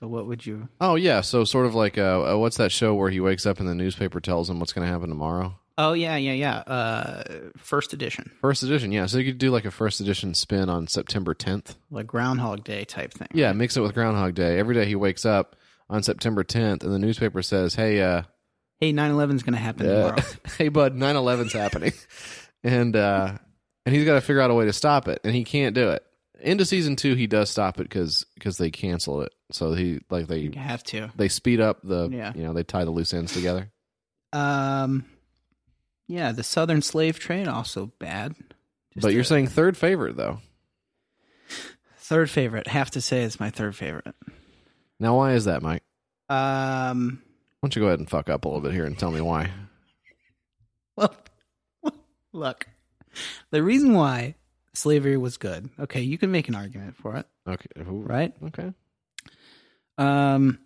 A: So what would you?
C: Oh yeah, so sort of like uh, uh, what's that show where he wakes up and the newspaper tells him what's going to happen tomorrow?
A: Oh yeah, yeah, yeah. Uh, first edition,
C: First edition, yeah. So you could do like a first edition spin on September 10th.
A: like Groundhog Day type thing.
C: Yeah, mix it with Groundhog Day. Every day he wakes up on September 10th, and the newspaper says, "Hey, uh,
A: Hey, 9/11 is going to happen
C: uh,
A: tomorrow.
C: hey, bud, 9/11's happening," and uh, and he's got to figure out a way to stop it, and he can't do it. Into season two, he does stop it because they canceled it. So he like they
A: You have to.
C: they speed up the
A: Yeah.
C: you know they tie the loose ends together.
A: Um, yeah, the Southern slave trade also bad. Just
C: but you're
A: a-
C: saying third favorite though.
A: third favorite. Have to say it's my third favorite.
C: Now why is that, Mike?
A: Um,
C: Why don't you go ahead and fuck up a little bit here and tell me why?
A: well, look, the reason why slavery was good. Okay, you can make an argument for it,
C: Okay, who-
A: right?
C: Okay,
A: Um,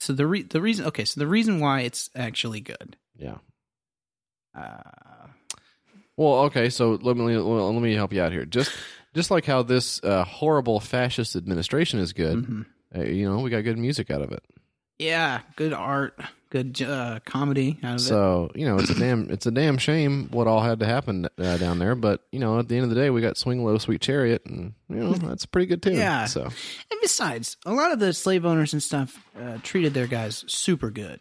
A: so the re- the reason. Okay, so the reason why it's actually good.
C: yeah.
A: Uh,
C: Well, okay, so let me let me help you out here. Just just like how this uh, horrible fascist administration is good,
A: mhm.
C: uh, you know, we got good music out of it.
A: Yeah, good art, good uh, comedy out of it.
C: So you know, it's a damn it's a damn shame what all had to happen uh, down there. But you know, at the end of the day, we got swing low, sweet chariot, and you know that's a pretty good tune.
A: Yeah.
C: So
A: And besides, a lot of the slave owners and stuff uh, treated their guys super good.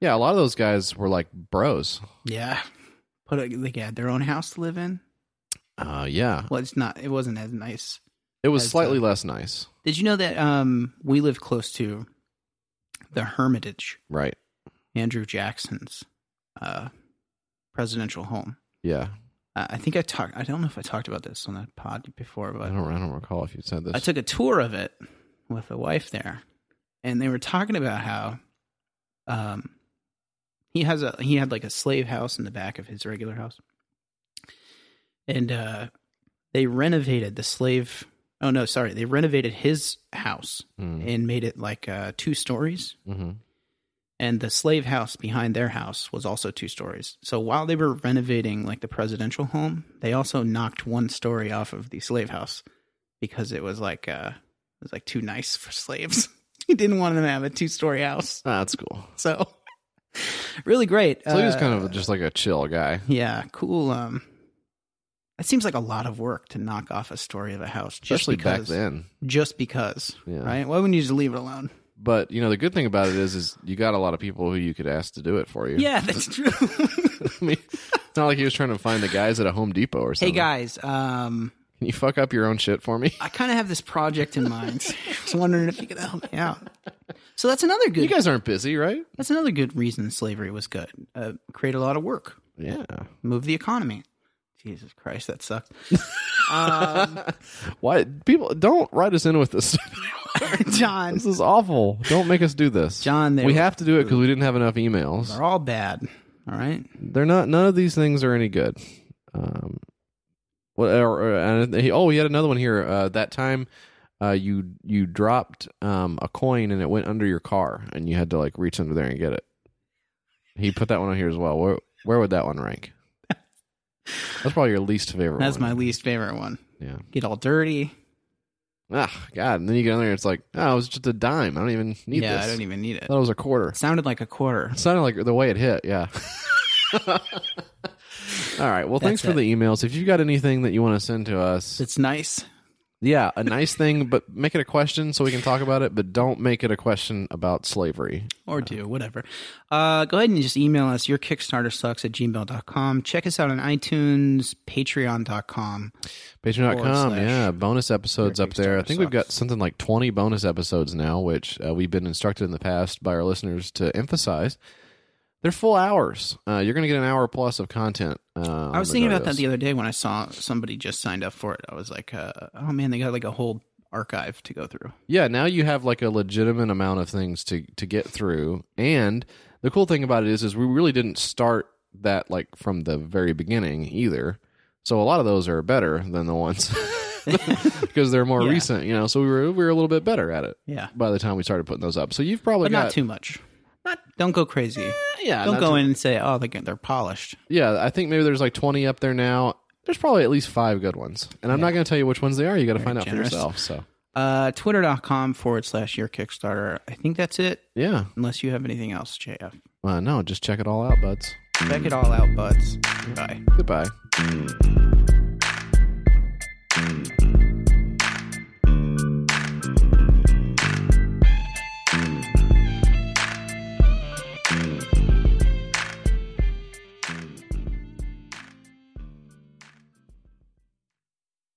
C: yeah, a lot of those guys were like bros.
A: Yeah, put a, they had their own house to live in.
C: Uh, yeah,
A: Well, it's not. It wasn't as nice.
C: it was
A: As,
C: slightly
A: uh,
C: less nice,
A: Did you know that um, we live close to the Hermitage,
C: right?
A: Andrew Jackson's uh, presidential home?
C: Yeah,
A: Uh, I think I talked. I don't know if I talked about this on the pod before,
C: I
A: but
C: don't I don't recall if you said this.
A: I took a tour of it with a wife there, and they were talking about how um, he has a he had like a slave house in the back of his regular house, and uh, they renovated the slave. Oh no, sorry, they renovated his house
C: Mm,
A: and made it like uh, two stories.
C: mhm.
A: And the slave house behind their house was also two stories. So while they were renovating like the presidential home, they also knocked one story off of the slave house because it was like uh it was like too nice for slaves. he didn't want them to have a two story house.
C: Ah, that's cool.
A: So really great.
C: So he was
A: Uh,
C: kind of just like a chill guy.
A: yeah, cool. Um, that seems like a lot of work to knock off a story of a house, just
C: especially
A: because,
C: back then.
A: Just because,
C: Yeah.
A: right? Why wouldn't you just leave it alone?
C: But you know, the good thing about it is, is you got a lot of people who you could ask to do it for you.
A: Yeah, that's true.
C: I mean, it's not like he was trying to find the guys at a Home Depot or
A: hey
C: something.
A: guys, um,
C: can you fuck up your own shit for me?
A: I kind of have this project in mind. I was wondering if you could help me out. So that's another
C: You
A: good.
C: guys aren't busy, right?
A: that's another good reason slavery was good. Uh, create a lot of work,
C: Yeah.
A: move the economy. Jesus Christ, that sucked.
C: Why people don't write us in with this?
A: John,
C: This is awful. Don't make us do this,
A: John, they
C: We
A: were-
C: have to do it because we didn't have enough emails.
A: they're all bad. All right.
C: they're not none of these things are any good um what or, or- and he, oh he had another one here uh that time uh you you dropped um a coin and it went under your car and you had to like reach under there and get it he put that one on here as well where where would that one rank that's probably your least favorite
A: That's my
C: one.
A: least favorite one.
C: yeah
A: Get all dirty.
C: ah god and then you get on there it's like oh it was just a dime i don't even need
A: yeah,
C: this
A: I don't even need it.
C: that was a quarter
A: It sounded like a quarter.
C: It sounded like the way it hit, yeah. All right. Well, thanks
A: That's
C: for the emails. If you've got anything that you want to send to us,
A: It's nice.
C: yeah, a nice thing, but make it a question so we can talk about it, but don't make it a question about slavery.
A: or do whatever uh, go ahead and just email us your kickstarter sucks at gmail.com check us out on itunes patreon.com
C: Patreon.com,
A: slash
C: yeah, bonus episodes up there. I
A: Kickstarter
C: think we've got
A: sucks.
C: something like 20 bonus episodes now, which uh, we've been instructed in the past by our listeners to emphasize. They're full hours. Uh, you're going to get an hour plus of content. Uh,
A: i was thinking about that the other day when i saw somebody just signed up for it i was like uh, oh man they got like a whole archive to go through
C: Yeah, now you have like a legitimate amount of things to to get through, and the cool thing about it is, is we really didn't start that like from the very beginning either. So a lot of those are better than the ones because they're more
A: Yeah.
C: recent, you know. So we were we were a little bit better at it
A: yeah
C: by the time we started putting those up. So you've probably
A: but
C: got
A: not too much not don't go crazy
C: yeah
A: don't
C: Uh, not
A: go
C: too-
A: in and say oh they're, they're polished
C: yeah. I think maybe there's like twenty up there now. There's probably at least five good ones, and I'm not going to tell you which ones they are. You got to find out
A: generous.
C: for yourself. So
A: uh, twitter.com forward slash your kickstarter i think that's it
C: yeah,
A: unless you have anything else jf
C: uh, no, just check it all out, buds.
A: check it all out buds bye
C: Goodbye.